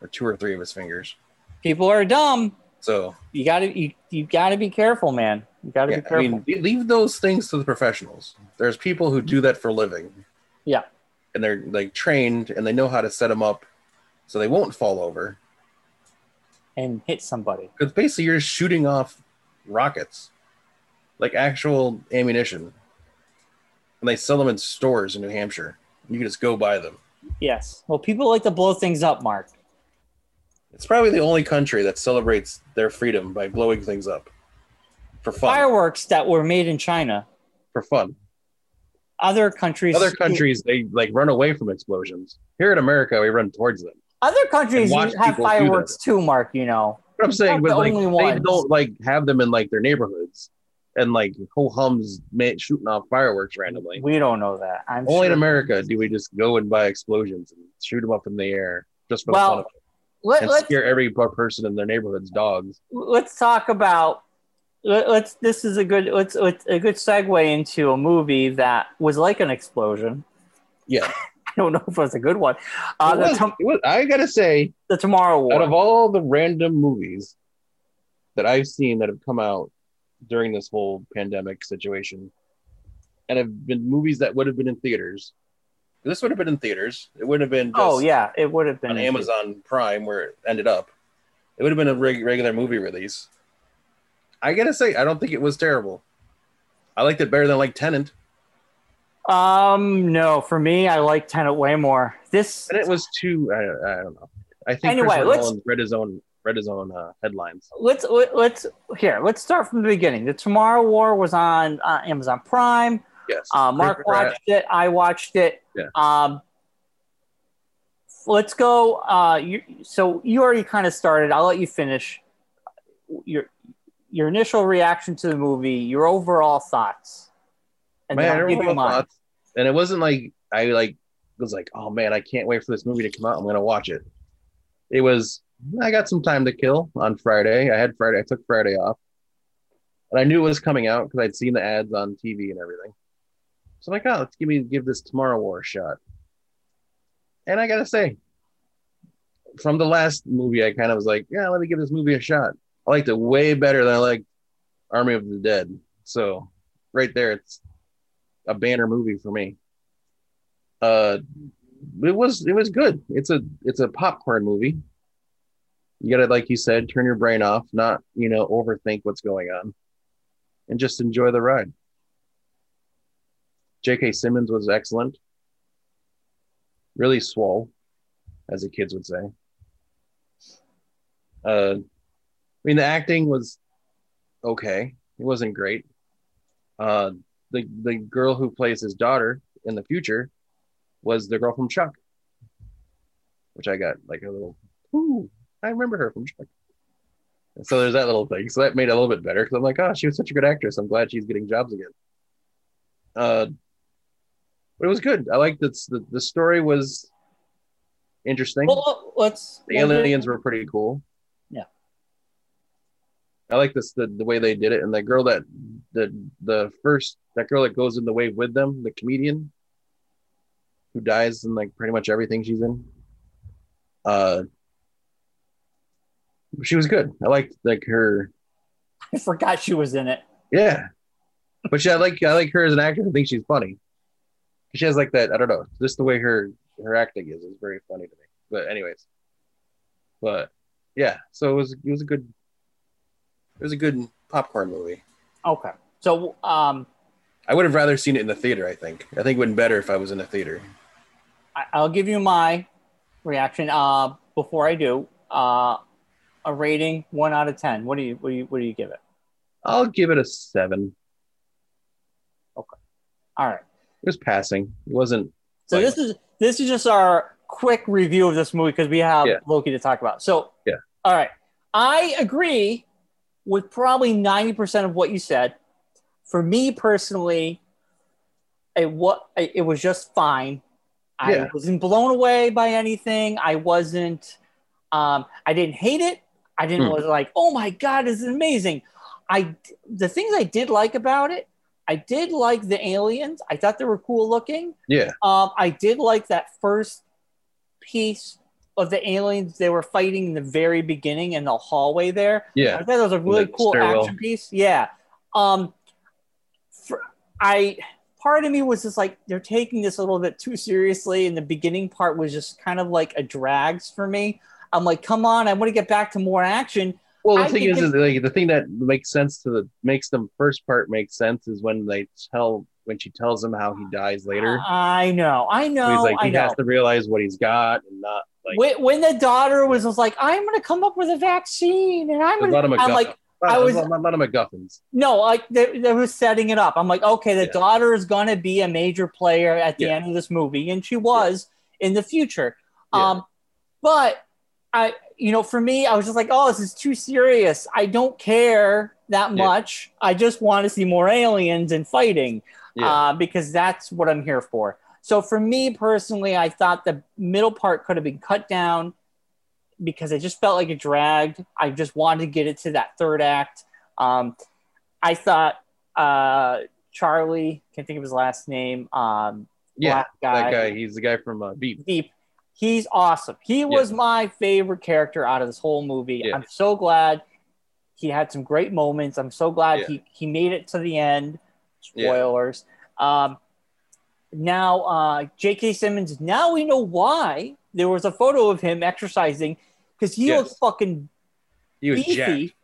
Speaker 1: or two or three of his fingers.
Speaker 2: People are dumb.
Speaker 1: So
Speaker 2: You gotta you, you gotta be careful, man. You gotta
Speaker 1: yeah,
Speaker 2: be
Speaker 1: I
Speaker 2: careful.
Speaker 1: mean, leave those things to the professionals. There's people who do that for a living.
Speaker 2: Yeah.
Speaker 1: and they're like trained and they know how to set them up so they won't fall over.
Speaker 2: and hit somebody.
Speaker 1: Because basically, you're shooting off rockets, like actual ammunition, and they sell them in stores in New Hampshire. You can just go buy them.
Speaker 2: Yes. Well, people like to blow things up, Mark.
Speaker 1: It's probably the only country that celebrates their freedom by blowing things up for fun.
Speaker 2: Fireworks that were made in China.
Speaker 1: For fun.
Speaker 2: Other countries.
Speaker 1: Other countries they like run away from explosions. Here in America, we run towards them.
Speaker 2: Other countries
Speaker 1: and watch
Speaker 2: have
Speaker 1: people do that.
Speaker 2: fireworks too, Mark. You know.
Speaker 1: What I'm saying,
Speaker 2: Not
Speaker 1: but
Speaker 2: the
Speaker 1: like
Speaker 2: only
Speaker 1: they
Speaker 2: ones.
Speaker 1: don't like have them in like their neighborhoods, and like ho hums shooting off fireworks randomly.
Speaker 2: We don't know that. I'm
Speaker 1: Only in
Speaker 2: sure.
Speaker 1: America do we just go and buy explosions and shoot them up in the air just for
Speaker 2: Well,
Speaker 1: the fun of it
Speaker 2: Let,
Speaker 1: and
Speaker 2: let's
Speaker 1: scare every bu- person in their neighborhood's dogs.
Speaker 2: let's talk about. Let, let's. This is a good. Let's. Let's a good segue into a movie that was like an explosion.
Speaker 1: Yeah,
Speaker 2: I don't know if it was a good one. Uh,
Speaker 1: It
Speaker 2: the,
Speaker 1: was-
Speaker 2: tom-
Speaker 1: it was- I gotta say,
Speaker 2: the Tomorrow War.
Speaker 1: out of all the random movies that I've seen that have come out during this whole pandemic situation, and have been movies that would have been in theaters, this would have been in theaters. It would have been just
Speaker 2: oh yeah, it would have been
Speaker 1: on Amazon Prime where it ended up. It would have been a reg- regular movie release. I gotta say, I don't think it was terrible. I liked it better than like Tenant,
Speaker 2: Um, no, for me, I like Tenet way more. This
Speaker 1: and it was too. I, I don't know. I think
Speaker 2: Anyway,
Speaker 1: Christopher
Speaker 2: let's-
Speaker 1: Nolan read his own read his own uh, headlines.
Speaker 2: let's let, let's here. Let's start from the beginning. The Tomorrow War was on uh, Amazon Prime.
Speaker 1: Yes,
Speaker 2: Uh, Mark
Speaker 1: Christopher-
Speaker 2: watched it. I watched it.
Speaker 1: Yeah.
Speaker 2: Um, let's go. Uh, you, so you already kind of started. I'll let you finish your your initial reaction to the movie, your overall thoughts, and
Speaker 1: Man,
Speaker 2: then I'll
Speaker 1: I
Speaker 2: give
Speaker 1: remember
Speaker 2: you
Speaker 1: my
Speaker 2: mine.
Speaker 1: thoughts. And it wasn't like I like was like, oh man, I can't wait for this movie to come out. I'm gonna watch it. It was I got some time to kill on Friday. I had Friday. I took Friday off, and I knew it was coming out because I'd seen the ads on TV and everything. So I'm like, oh, let's give me give this Tomorrow War a shot. And I gotta say, from the last movie, I kind of was like, yeah, let me give this movie a shot. I liked it way better than I liked Army of the Dead. So right there, it's a banner movie for me. Uh, it was it was good. It's a it's a popcorn movie. You gotta, like you said, turn your brain off, not you know overthink what's going on, and just enjoy the ride. J.K. Simmons was excellent. Really swole, as the kids would say. Uh, I mean, the acting was okay. It wasn't great. Uh, the the girl who plays his daughter in the future was the girl from Chuck, which I got like a little, ooh, I remember her from Chuck. And so there's that little thing. So that made it a little bit better because I'm like, oh, she was such a good actress. I'm glad she's getting jobs again. Uh, but it was good. I liked that the, the story was interesting.
Speaker 2: Well, let's.
Speaker 1: the aliens were pretty cool.
Speaker 2: Yeah.
Speaker 1: I like this the, the way they did it, and the girl that the the first that girl that goes in the wave with them, the comedian, who dies in like pretty much everything she's in. Uh, she was good. I liked like her.
Speaker 2: I forgot she was in it.
Speaker 1: Yeah, but she, I like I like her as an actress. I think she's funny. She has like that. I don't know. Just the way her her acting is is very funny to me. But anyways, but yeah. So it was it was a good it was a good popcorn movie.
Speaker 2: Okay. So um,
Speaker 1: I would have rather seen it in the theater. I think I think it would been better if I was in a theater.
Speaker 2: I, I'll give you my reaction. Uh, before I do, uh, a rating one out of ten. What do you what do you what do you give it?
Speaker 1: I'll give it a seven.
Speaker 2: All right.
Speaker 1: It was passing. It wasn't
Speaker 2: So
Speaker 1: Like-
Speaker 2: this is this is just our quick review of this movie because we have
Speaker 1: Yeah.
Speaker 2: Loki to talk about. So
Speaker 1: Yeah.
Speaker 2: all right, I agree with probably ninety percent of what you said. For me personally, it what it was just fine.
Speaker 1: Yeah.
Speaker 2: I wasn't blown away by anything. I wasn't. Um, I didn't hate it. I didn't
Speaker 1: Hmm.
Speaker 2: was like, oh my god, this is amazing. I the things I did like about it. I did like the aliens. I thought they were cool looking.
Speaker 1: yeah
Speaker 2: Um, I did like that first piece of the aliens they were fighting in the very beginning in the hallway there. I
Speaker 1: yeah.
Speaker 2: thought that was a really
Speaker 1: The
Speaker 2: cool
Speaker 1: stairwell.
Speaker 2: action piece. Yeah. Um, for, I part of me was just like they're taking this a little bit too seriously, and the beginning part was just kind of like a drags for me. I'm like, come on, I want to get back to more action.
Speaker 1: Well, the
Speaker 2: I
Speaker 1: thing
Speaker 2: think
Speaker 1: is, is like the thing that makes sense to the makes them first part make sense is when they tell when she tells him how he dies later.
Speaker 2: I know, I know,
Speaker 1: he's like
Speaker 2: I
Speaker 1: he
Speaker 2: know.
Speaker 1: has to realize what he's got and not like
Speaker 2: when, when the daughter was, was like, I'm gonna come up with a vaccine, and I'm
Speaker 1: there's a
Speaker 2: gonna,
Speaker 1: lot of MacGuffins.
Speaker 2: I'm like, I
Speaker 1: There's
Speaker 2: was-
Speaker 1: a lot, a lot of MacGuffins.
Speaker 2: no, like they, they were setting it up. I'm like, okay, the
Speaker 1: Yeah.
Speaker 2: daughter is gonna be a major player at the
Speaker 1: Yeah.
Speaker 2: end of this movie, and she was in the future.
Speaker 1: Yeah.
Speaker 2: Um, but I, you know, for me, I was just like, oh, this is too serious. I don't care that
Speaker 1: Yeah.
Speaker 2: much. I just want to see more aliens and fighting
Speaker 1: Yeah,
Speaker 2: uh, because that's what I'm here for. So for me personally, I thought the middle part could have been cut down because I just felt like it dragged. I just wanted to get it to that third act. Um, I thought uh, Charlie, can't think of his last name, um,
Speaker 1: yeah.
Speaker 2: black
Speaker 1: That guy, he's the guy from uh, Beep.
Speaker 2: Veep. He's awesome. He was my favorite character out of this whole movie.
Speaker 1: Yeah.
Speaker 2: I'm so glad he had some great moments. I'm so glad
Speaker 1: Yeah.
Speaker 2: he, he made it to the end.
Speaker 1: Yeah.
Speaker 2: Spoilers. Um, now, uh, J.K. Simmons, now we know why there was a photo of him exercising because he
Speaker 1: Yes.
Speaker 2: looked fucking
Speaker 1: He was
Speaker 2: beefy,
Speaker 1: Jack.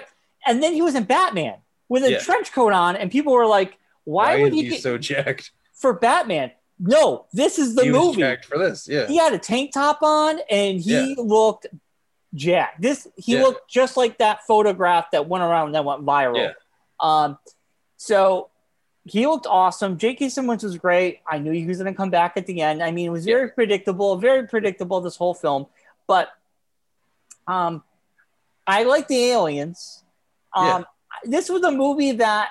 Speaker 2: jacked. And then he was in Batman with a
Speaker 1: Yeah.
Speaker 2: trench coat on, and people were like, why, would
Speaker 1: is
Speaker 2: he
Speaker 1: he
Speaker 2: get
Speaker 1: so jacked?
Speaker 2: for Batman? No, this is the
Speaker 1: he was
Speaker 2: movie
Speaker 1: jacked for this. Yeah,
Speaker 2: he had a tank top on and he looked jacked. This he
Speaker 1: Yeah.
Speaker 2: looked just like that photograph that went around that went viral.
Speaker 1: Yeah.
Speaker 2: Um, so he looked awesome. J.K. Simmons was great. I knew he was going to come back at the end. I mean, it was
Speaker 1: Yeah.
Speaker 2: very predictable, very predictable this whole film. But um, I like the aliens. Um,
Speaker 1: Yeah.
Speaker 2: This was a movie that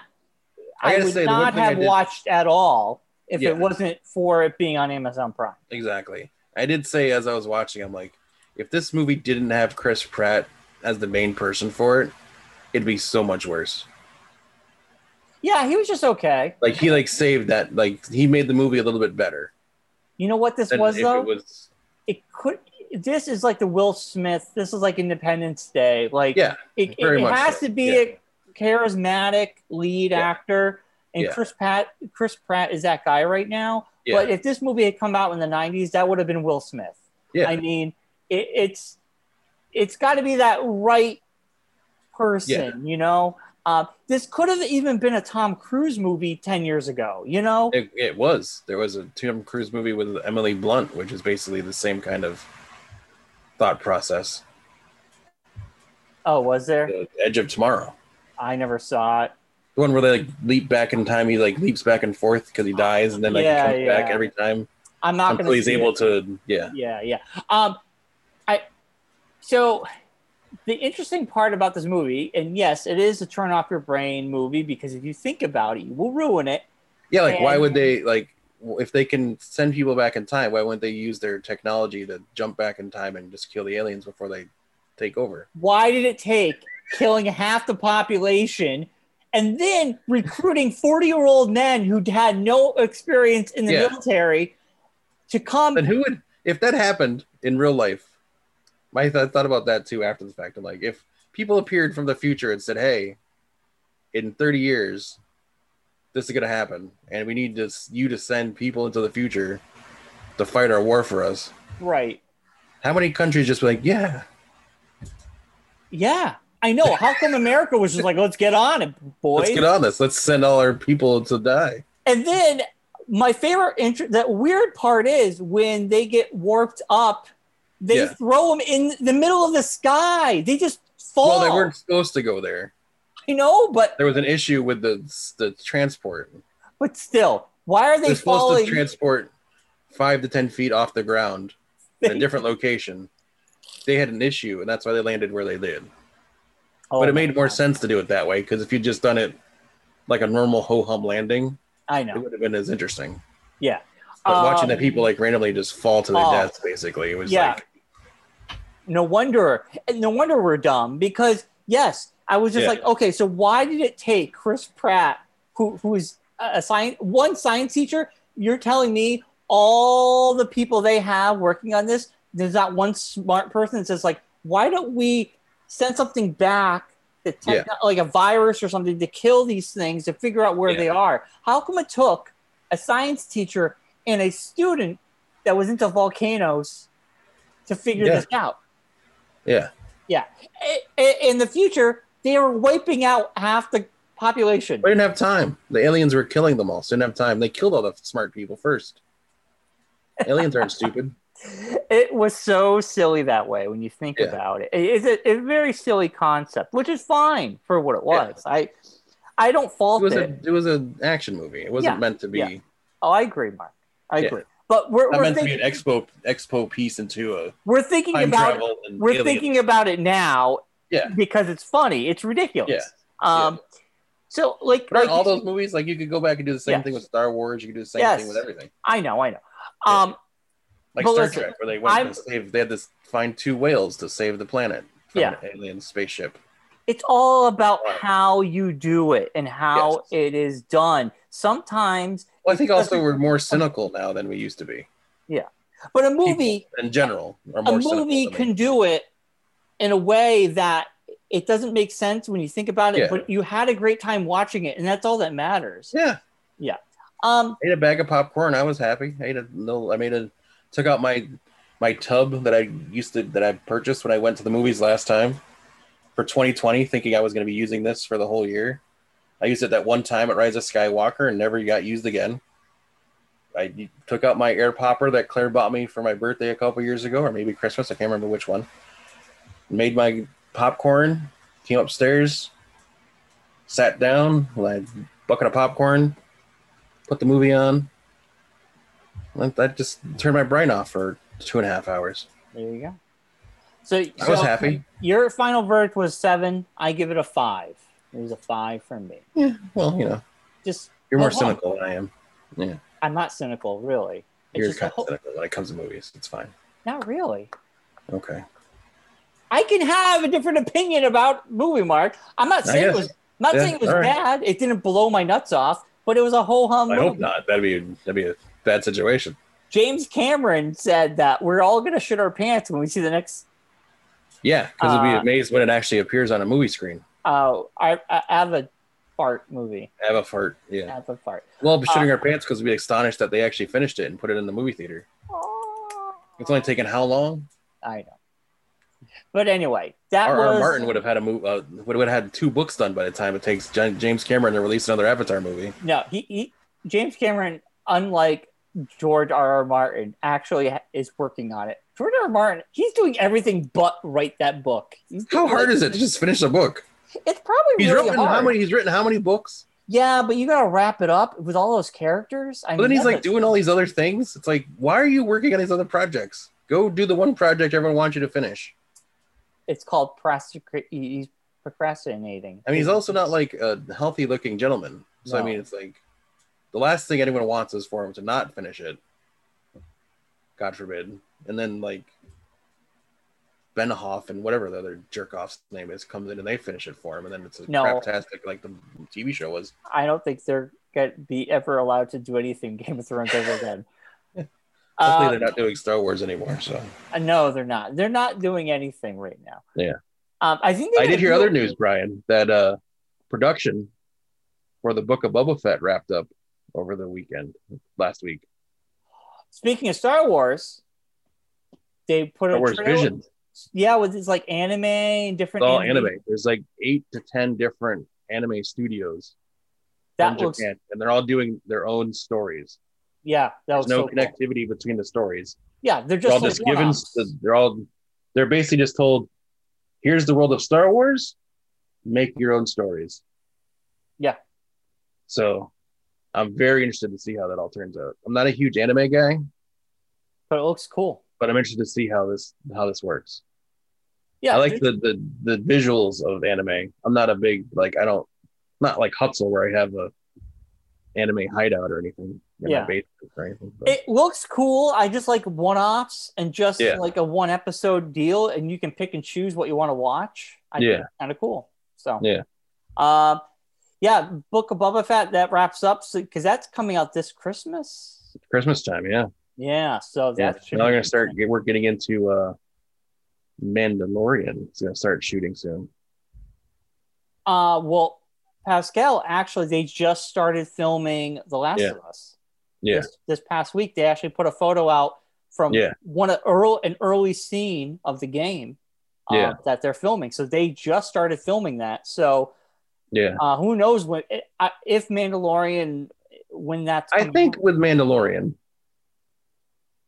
Speaker 1: I
Speaker 2: I,
Speaker 1: gotta
Speaker 2: would
Speaker 1: say, the one
Speaker 2: not
Speaker 1: thing I
Speaker 2: have
Speaker 1: did-
Speaker 2: watched at all if
Speaker 1: Yeah.
Speaker 2: it wasn't for it being on Amazon Prime.
Speaker 1: exactly. I did say as I was watching, I'm like, if this movie didn't have Chris Pratt as the main person for it, it'd be so much worse.
Speaker 2: Yeah, he was just okay.
Speaker 1: Like he like saved that. Like he made the movie a little bit better.
Speaker 2: You know what this
Speaker 1: than
Speaker 2: was
Speaker 1: if
Speaker 2: though?
Speaker 1: it
Speaker 2: It,
Speaker 1: was
Speaker 2: could. This is like the Will Smith. This is like Independence Day. Like
Speaker 1: yeah,
Speaker 2: it, it,
Speaker 1: very
Speaker 2: it
Speaker 1: much
Speaker 2: has
Speaker 1: so.
Speaker 2: to be
Speaker 1: Yeah.
Speaker 2: a charismatic lead
Speaker 1: Yeah.
Speaker 2: actor, and
Speaker 1: Yeah.
Speaker 2: Chris Pat Chris Pratt is that guy right now.
Speaker 1: yeah,
Speaker 2: But if this movie had come out in the '90s, that would have been Will Smith.
Speaker 1: Yeah.
Speaker 2: I mean, it, it's it's got to be that right person, you know. Uh, this could have even been a Tom Cruise movie ten years ago, you know.
Speaker 1: it, it was. There was a Tom Cruise movie with Emily Blunt, which is basically the same kind of thought process.
Speaker 2: oh, was there?
Speaker 1: The Edge of Tomorrow,
Speaker 2: I never saw it.
Speaker 1: the one where they like leap back in time. He like leaps back and forth because he dies, and then like he
Speaker 2: Yeah,
Speaker 1: comes back
Speaker 2: yeah.
Speaker 1: every time.
Speaker 2: I'm not going
Speaker 3: until
Speaker 2: to.
Speaker 3: he's able to. Yeah.
Speaker 2: Yeah, yeah. Um, I so the interesting part about this movie, and yes, it is a turn off your brain movie because if you think about it, you will ruin it.
Speaker 1: Yeah, like why
Speaker 2: And-
Speaker 1: would they like w- if they can send people back in time? Why wouldn't they use their technology to jump back in time and just kill the aliens before they take over?
Speaker 2: Why did it take killing half the population and then recruiting 40 year old men who had no experience in the
Speaker 1: Yeah.
Speaker 2: military to come?
Speaker 1: And who would if that happened in real life? My th- I thought about that too after the fact. I'm like, if people appeared from the future and said, "Hey, in 30 years, this is gonna happen, and we need to s- you to send people into the future to fight our war for us,"
Speaker 2: right.
Speaker 1: how many countries just be like, "Yeah,
Speaker 2: Yeah. I know. How come America was just like, let's get on it, boys?
Speaker 1: let's get on this. Let's send all our people to die."
Speaker 2: And then my favorite intro, that weird part is when they get warped up, they
Speaker 1: Yeah.
Speaker 2: throw them in the middle of the sky. They just
Speaker 1: Well,
Speaker 2: fall.
Speaker 1: they weren't supposed to go there.
Speaker 2: I know, but
Speaker 1: There was an issue with the the transport.
Speaker 2: but still, why are
Speaker 1: They
Speaker 2: they
Speaker 1: are supposed
Speaker 2: falling?
Speaker 1: to transport five to ten feet off the ground in a different location. They had an issue, and that's why they landed where they did.
Speaker 2: Oh
Speaker 1: but it
Speaker 2: my
Speaker 1: made more
Speaker 2: God.
Speaker 1: sense to do it that way because if you'd just done it like a normal ho hum landing,
Speaker 2: I
Speaker 1: it
Speaker 2: know.
Speaker 1: would have been as interesting.
Speaker 2: Yeah.
Speaker 1: But watching the
Speaker 2: Um,
Speaker 1: people like randomly just fall to their
Speaker 2: oh.
Speaker 1: deaths, basically, it was
Speaker 2: Yeah.
Speaker 1: like,
Speaker 2: No wonder. No wonder we're dumb because yes, I was just
Speaker 1: Yeah.
Speaker 2: like, okay, so why did it take Chris Pratt, who who is a science one science teacher? You're telling me all the people they have working on this, there's not one smart person that says like, why don't we send something back? That techno- like a virus or something to kill these things to figure out where
Speaker 1: Yeah.
Speaker 2: they are. How come it took a science teacher and a student that was into volcanoes to figure
Speaker 1: Yeah.
Speaker 2: this out?
Speaker 1: yeah,
Speaker 2: I- I- in the future, they are wiping out half the population.
Speaker 1: they didn't have time. The aliens were killing them all, so they didn't have time. They killed all the smart people first. aliens aren't stupid.
Speaker 2: It was so silly that way when you think
Speaker 1: Yeah.
Speaker 2: about it. It- It's a, it's a very silly concept, which is fine for what it
Speaker 1: Yeah.
Speaker 2: was. I I don't
Speaker 1: it
Speaker 2: fault it.
Speaker 1: was a it was an action movie. It wasn't
Speaker 2: Yeah,
Speaker 1: meant to be
Speaker 2: yeah. oh, I agree, Mark. I
Speaker 1: Yeah.
Speaker 2: agree. But we're,
Speaker 1: not
Speaker 2: we're,
Speaker 1: meant
Speaker 2: think-
Speaker 1: to be an expo expo piece into a
Speaker 2: we're thinking
Speaker 1: time
Speaker 2: about
Speaker 1: travel and
Speaker 2: we're
Speaker 1: alien.
Speaker 2: thinking about it now
Speaker 1: Yeah.
Speaker 2: because it's funny. It's ridiculous.
Speaker 1: Yeah.
Speaker 2: Um, So like,
Speaker 1: But aren't
Speaker 2: like-
Speaker 1: all those movies like you could go back and do the same
Speaker 2: Yeah.
Speaker 1: thing with Star Wars. You could do the same
Speaker 2: Yes.
Speaker 1: thing with everything,
Speaker 2: I know, I know.
Speaker 1: Yeah.
Speaker 2: Um,
Speaker 1: like
Speaker 2: But
Speaker 1: Star
Speaker 2: listen,
Speaker 1: Trek, where they went
Speaker 2: I'm-
Speaker 1: to save. They had to find two whales to save the planet from
Speaker 2: Yeah.
Speaker 1: an alien spaceship.
Speaker 2: it's all about
Speaker 1: Right.
Speaker 2: how you do it and how it is done sometimes
Speaker 1: Well, I think also
Speaker 2: doesn't-
Speaker 1: we're more cynical now than we used to be
Speaker 2: but a movie
Speaker 1: in general. Are
Speaker 2: a
Speaker 1: more cynical
Speaker 2: movie
Speaker 1: than we-
Speaker 2: can do it in a way that it doesn't make sense when you think about it
Speaker 1: Yeah.
Speaker 2: but you had a great time watching it and that's all that matters
Speaker 1: Yeah,
Speaker 2: um
Speaker 1: I ate a bag of popcorn. I was happy. I ate a no. I made a took out my my tub that I used to that I purchased when I went to the movies last time for 2020, thinking I was going to be using this for the whole year. I used it that one time at Rise of Skywalker and never got used again. I took out my air popper that Claire bought me for my birthday a couple years ago, or maybe Christmas. I can't remember which one. Made my popcorn, came upstairs, sat down, had a bucket of popcorn, put the movie on. That that just turned my brain off for two and a half hours.
Speaker 2: there you go so
Speaker 1: I was
Speaker 2: so
Speaker 1: happy.
Speaker 2: your final verdict was seven i give it a five it was a five from me
Speaker 1: Yeah, well, you know,
Speaker 2: just
Speaker 1: you're more
Speaker 2: Uh-huh.
Speaker 1: cynical than I am.
Speaker 2: i'm not cynical really it's
Speaker 1: You're
Speaker 2: just a
Speaker 1: kind of
Speaker 2: whole,
Speaker 1: cynical when it comes to movies. It's fine.
Speaker 2: not really
Speaker 1: Okay.
Speaker 2: I can have a different opinion about movie Mark. I'm not
Speaker 1: I
Speaker 2: saying it
Speaker 1: guess.
Speaker 2: was I'm not
Speaker 1: Yeah,
Speaker 2: saying it was
Speaker 1: all right.
Speaker 2: bad. It didn't blow my nuts off, but it was a whole hum.
Speaker 1: I hope
Speaker 2: movie.
Speaker 1: not. That'd be that'd be a bad situation.
Speaker 2: James Cameron said that we're all gonna shit our pants when we see the next
Speaker 1: Yeah, because I'd be
Speaker 2: Uh,
Speaker 1: amazed when it actually appears on a movie screen.
Speaker 2: uh I, I have a fart movie.
Speaker 1: Have a fart. Yeah.
Speaker 2: Have a fart.
Speaker 1: Well, be
Speaker 2: Ah.
Speaker 1: shitting our pants because we'd be astonished that they actually finished it and put it in the movie theater. It's only taken how long?
Speaker 2: I know. But anyway, that
Speaker 1: R.R.
Speaker 2: was
Speaker 1: Martin would have had a move. Uh, would have had two books done by the time it takes J- James Cameron to release another Avatar movie.
Speaker 2: No, he, he James Cameron, unlike George R. R. Martin, actually ha- is working on it. George R. R. Martin, he's doing everything but write that book. He's
Speaker 1: How
Speaker 2: doing,
Speaker 1: hard
Speaker 2: like-
Speaker 1: is it to just finish a book?
Speaker 2: It's probably
Speaker 1: He's
Speaker 2: really
Speaker 1: written
Speaker 2: hard.
Speaker 1: how many? He's written how many books?
Speaker 2: yeah, but you gotta wrap it up with all those characters. I
Speaker 1: But then he's
Speaker 2: that
Speaker 1: like
Speaker 2: does-
Speaker 1: doing all these other things. It's like, why are you working on these other projects? Go do the one project everyone wants you to finish.
Speaker 2: it's called prostic- he's procrastinating.
Speaker 1: I mean, he's also not like a healthy looking gentleman. So I
Speaker 2: No.
Speaker 1: mean, it's like the last thing anyone wants is for him to not finish it. God forbid. And then like Ben Hoff and whatever the other jerk off's name is comes in and they finish it for him. And then it's a
Speaker 2: No.
Speaker 1: craptastic like the TV show was.
Speaker 2: I don't think they're gonna be ever allowed to do anything Game of Thrones ever again.
Speaker 1: Luckily,
Speaker 2: Um,
Speaker 1: they're not doing Star Wars anymore. So
Speaker 2: Uh, No, they're not. They're not doing anything right now.
Speaker 1: Yeah.
Speaker 2: Um, I think they're
Speaker 1: I did
Speaker 2: gonna
Speaker 1: hear
Speaker 2: do-
Speaker 1: other news, Brian, that uh, production for the Book of Boba Fett wrapped up over the weekend last week.
Speaker 2: Speaking of Star Wars, they put
Speaker 1: Star
Speaker 2: a
Speaker 1: Wars
Speaker 2: trailer-
Speaker 1: Vision,
Speaker 2: Yeah, with it's like anime and
Speaker 1: it's
Speaker 2: different
Speaker 1: all anime. There's like eight to ten different anime studios
Speaker 2: That
Speaker 1: in
Speaker 2: looks
Speaker 1: Japan, and they're all doing their own stories.
Speaker 2: yeah, that
Speaker 1: There's
Speaker 2: was
Speaker 1: no
Speaker 2: so cool.
Speaker 1: connectivity between the stories.
Speaker 2: Yeah,
Speaker 1: They're
Speaker 2: they're just
Speaker 1: all
Speaker 2: like
Speaker 1: just given.
Speaker 2: one-offs.
Speaker 1: They're all they're basically just told, "Here's the world of Star Wars. Make your own stories."
Speaker 2: Yeah.
Speaker 1: So, I'm very interested to see how that all turns out. I'm not a huge anime guy.
Speaker 2: but it looks cool.
Speaker 1: but I'm interested to see how this how this works.
Speaker 2: Yeah,
Speaker 1: I like
Speaker 2: they're-
Speaker 1: the, the the visuals of anime. I'm not a big like I don't not like Hutzel where I have a anime hideout or anything. in my
Speaker 2: Yeah.
Speaker 1: basement or anything. But
Speaker 2: it looks cool. I just like one-offs and just
Speaker 1: Yeah.
Speaker 2: like a one episode deal, and you can pick and choose what you want to watch. I think
Speaker 1: Yeah.
Speaker 2: it's kind of cool. So
Speaker 1: Yeah.
Speaker 2: um, yeah, Book of Boba Fett that wraps up because that's coming out this Christmas.
Speaker 1: Christmas time, yeah.
Speaker 2: Yeah, so
Speaker 1: Yeah.
Speaker 2: that's
Speaker 1: Now I'm gonna start. Get, we're getting into uh Mandalorian. It's gonna start shooting soon.
Speaker 2: Uh, well, Pascal, actually, they just started filming The Last
Speaker 1: Yeah.
Speaker 2: of Us.
Speaker 1: Yeah.
Speaker 2: This, this past week, they actually put a photo out from
Speaker 1: Yeah.
Speaker 2: one of earl an early scene of the game uh,
Speaker 1: Yeah.
Speaker 2: that they're filming. So they just started filming that. So
Speaker 1: Yeah.
Speaker 2: uh, who knows when I- if Mandalorian when that's
Speaker 1: I
Speaker 2: coming
Speaker 1: think
Speaker 2: out.
Speaker 1: with Mandalorian,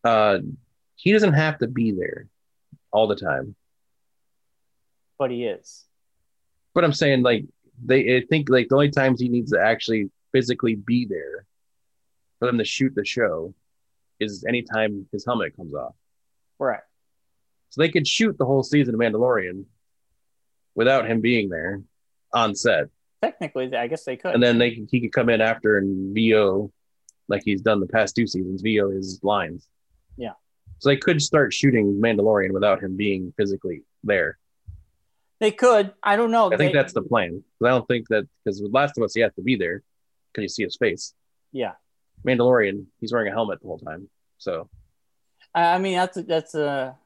Speaker 1: uh, he doesn't have to be there all the time.
Speaker 2: but he is.
Speaker 1: But I'm saying like they I think like the only times he needs to actually physically be there for them to shoot the show is anytime his helmet comes off.
Speaker 2: Right.
Speaker 1: So they could shoot the whole season of Mandalorian without him being there on set.
Speaker 2: Technically, I guess they could.
Speaker 1: And then they can, he could come in after and VO like he's done the past two seasons, VO his lines.
Speaker 2: Yeah.
Speaker 1: So they could start shooting Mandalorian without him being physically there.
Speaker 2: they could. I don't know.
Speaker 1: I think
Speaker 2: They-
Speaker 1: that's the plan. 'Cause I don't think that because with Last of Us, he has to be there because you see his face.
Speaker 2: yeah.
Speaker 1: Mandalorian, he's wearing a helmet the whole time. So
Speaker 2: I I mean, that's a, that's a,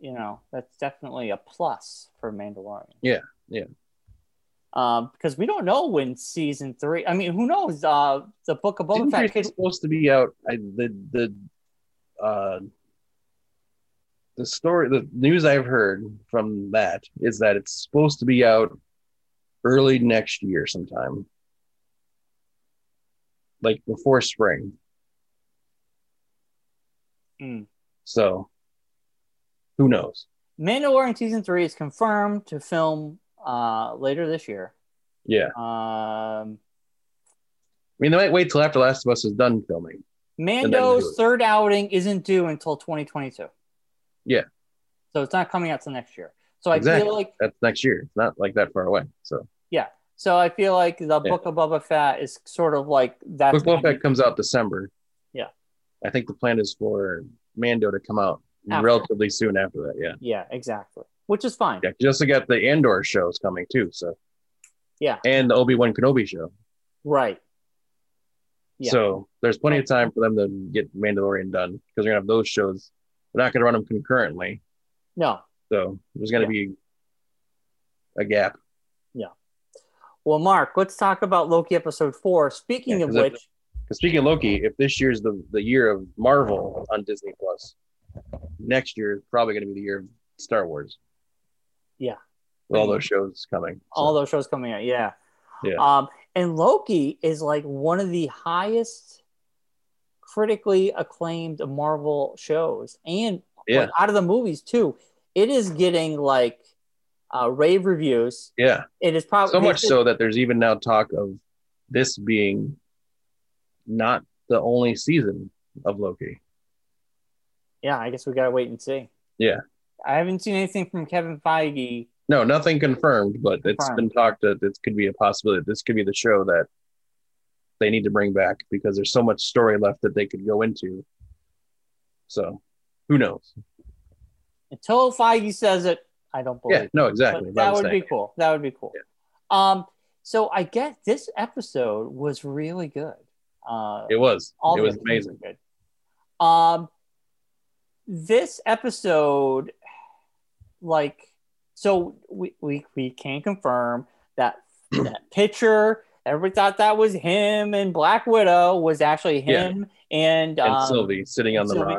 Speaker 2: you know, that's definitely a plus for Mandalorian.
Speaker 1: Yeah, yeah.
Speaker 2: Um, because we don't know when season three. I mean, who knows? Uh, the book of Boba
Speaker 1: Didn't
Speaker 2: Fett.
Speaker 1: it's
Speaker 2: Could,
Speaker 1: supposed to be out. I, the the uh, the story, the news I've heard from that is that it's supposed to be out early next year, sometime, like before spring.
Speaker 2: Mm.
Speaker 1: So who knows?
Speaker 2: Mandalorian season three is confirmed to film uh later this year.
Speaker 1: Yeah,
Speaker 2: Um,
Speaker 1: I mean they might wait till after Last of Us is done filming. do
Speaker 2: Mando's
Speaker 1: it.
Speaker 2: third outing isn't due until 2022.
Speaker 1: Yeah.
Speaker 2: So it's not coming out till next year. So I
Speaker 1: Exactly.
Speaker 2: feel like
Speaker 1: That's next year. It's not like that far away. So
Speaker 2: so I feel like the book of Boba Fett is sort of like that's
Speaker 1: Book Boba
Speaker 2: gonna be-
Speaker 1: Fett comes out December.
Speaker 2: Yeah.
Speaker 1: I think the plan is for Mando to come out
Speaker 2: After.
Speaker 1: relatively soon after that. Yeah.
Speaker 2: Yeah, exactly. Which is fine.
Speaker 1: Yeah. Just got the Andor shows coming too. So
Speaker 2: Yeah.
Speaker 1: and the Obi Wan Kenobi show.
Speaker 2: Right. Yeah.
Speaker 1: So there's plenty of time for them to get Mandalorian done because they're gonna have those shows. They're not gonna run them concurrently.
Speaker 2: No.
Speaker 1: So there's gonna be a gap.
Speaker 2: Well, Mark, let's talk about Loki episode four. Speaking
Speaker 1: Yeah,
Speaker 2: of
Speaker 1: 'cause it-
Speaker 2: which,
Speaker 1: Because speaking of Loki, if this year's the, the year of Marvel on Disney Plus, next year is probably going to be the year of Star Wars.
Speaker 2: Yeah.
Speaker 1: With all those shows coming. So,
Speaker 2: all those shows coming out, yeah.
Speaker 1: Yeah.
Speaker 2: Um, and Loki is like one of the highest critically acclaimed Marvel shows and
Speaker 1: Yeah.
Speaker 2: like, out of the movies too. It is getting like uh, rave reviews.
Speaker 1: yeah.
Speaker 2: It is probably
Speaker 1: So much so that there's even now talk of this being not the only season of Loki.
Speaker 2: Yeah, I guess we gotta wait and see.
Speaker 1: Yeah.
Speaker 2: I haven't seen anything from Kevin Feige.
Speaker 1: No, nothing confirmed, but it's
Speaker 2: Confirmed.
Speaker 1: been talked that this could be a possibility. This could be the show that they need to bring back because there's so much story left that they could go into. So, who knows?
Speaker 2: Until Feige says it, I don't believe.
Speaker 1: Yeah,
Speaker 2: it.
Speaker 1: no,
Speaker 2: But
Speaker 1: exactly.
Speaker 2: that
Speaker 1: That's
Speaker 2: would
Speaker 1: what I'm
Speaker 2: be
Speaker 1: saying.
Speaker 2: cool. That would be cool. Um, so I guess this episode was really good. Uh,
Speaker 1: It was.
Speaker 2: all
Speaker 1: it
Speaker 2: the
Speaker 1: was
Speaker 2: episodes
Speaker 1: amazing.
Speaker 2: were good. Um, this episode, like, so we we, we can confirm that that picture. Everybody thought that was him and Black Widow was actually
Speaker 1: Yeah.
Speaker 2: him
Speaker 1: And
Speaker 2: and um,
Speaker 1: Sylvie sitting on the
Speaker 2: Sylvie-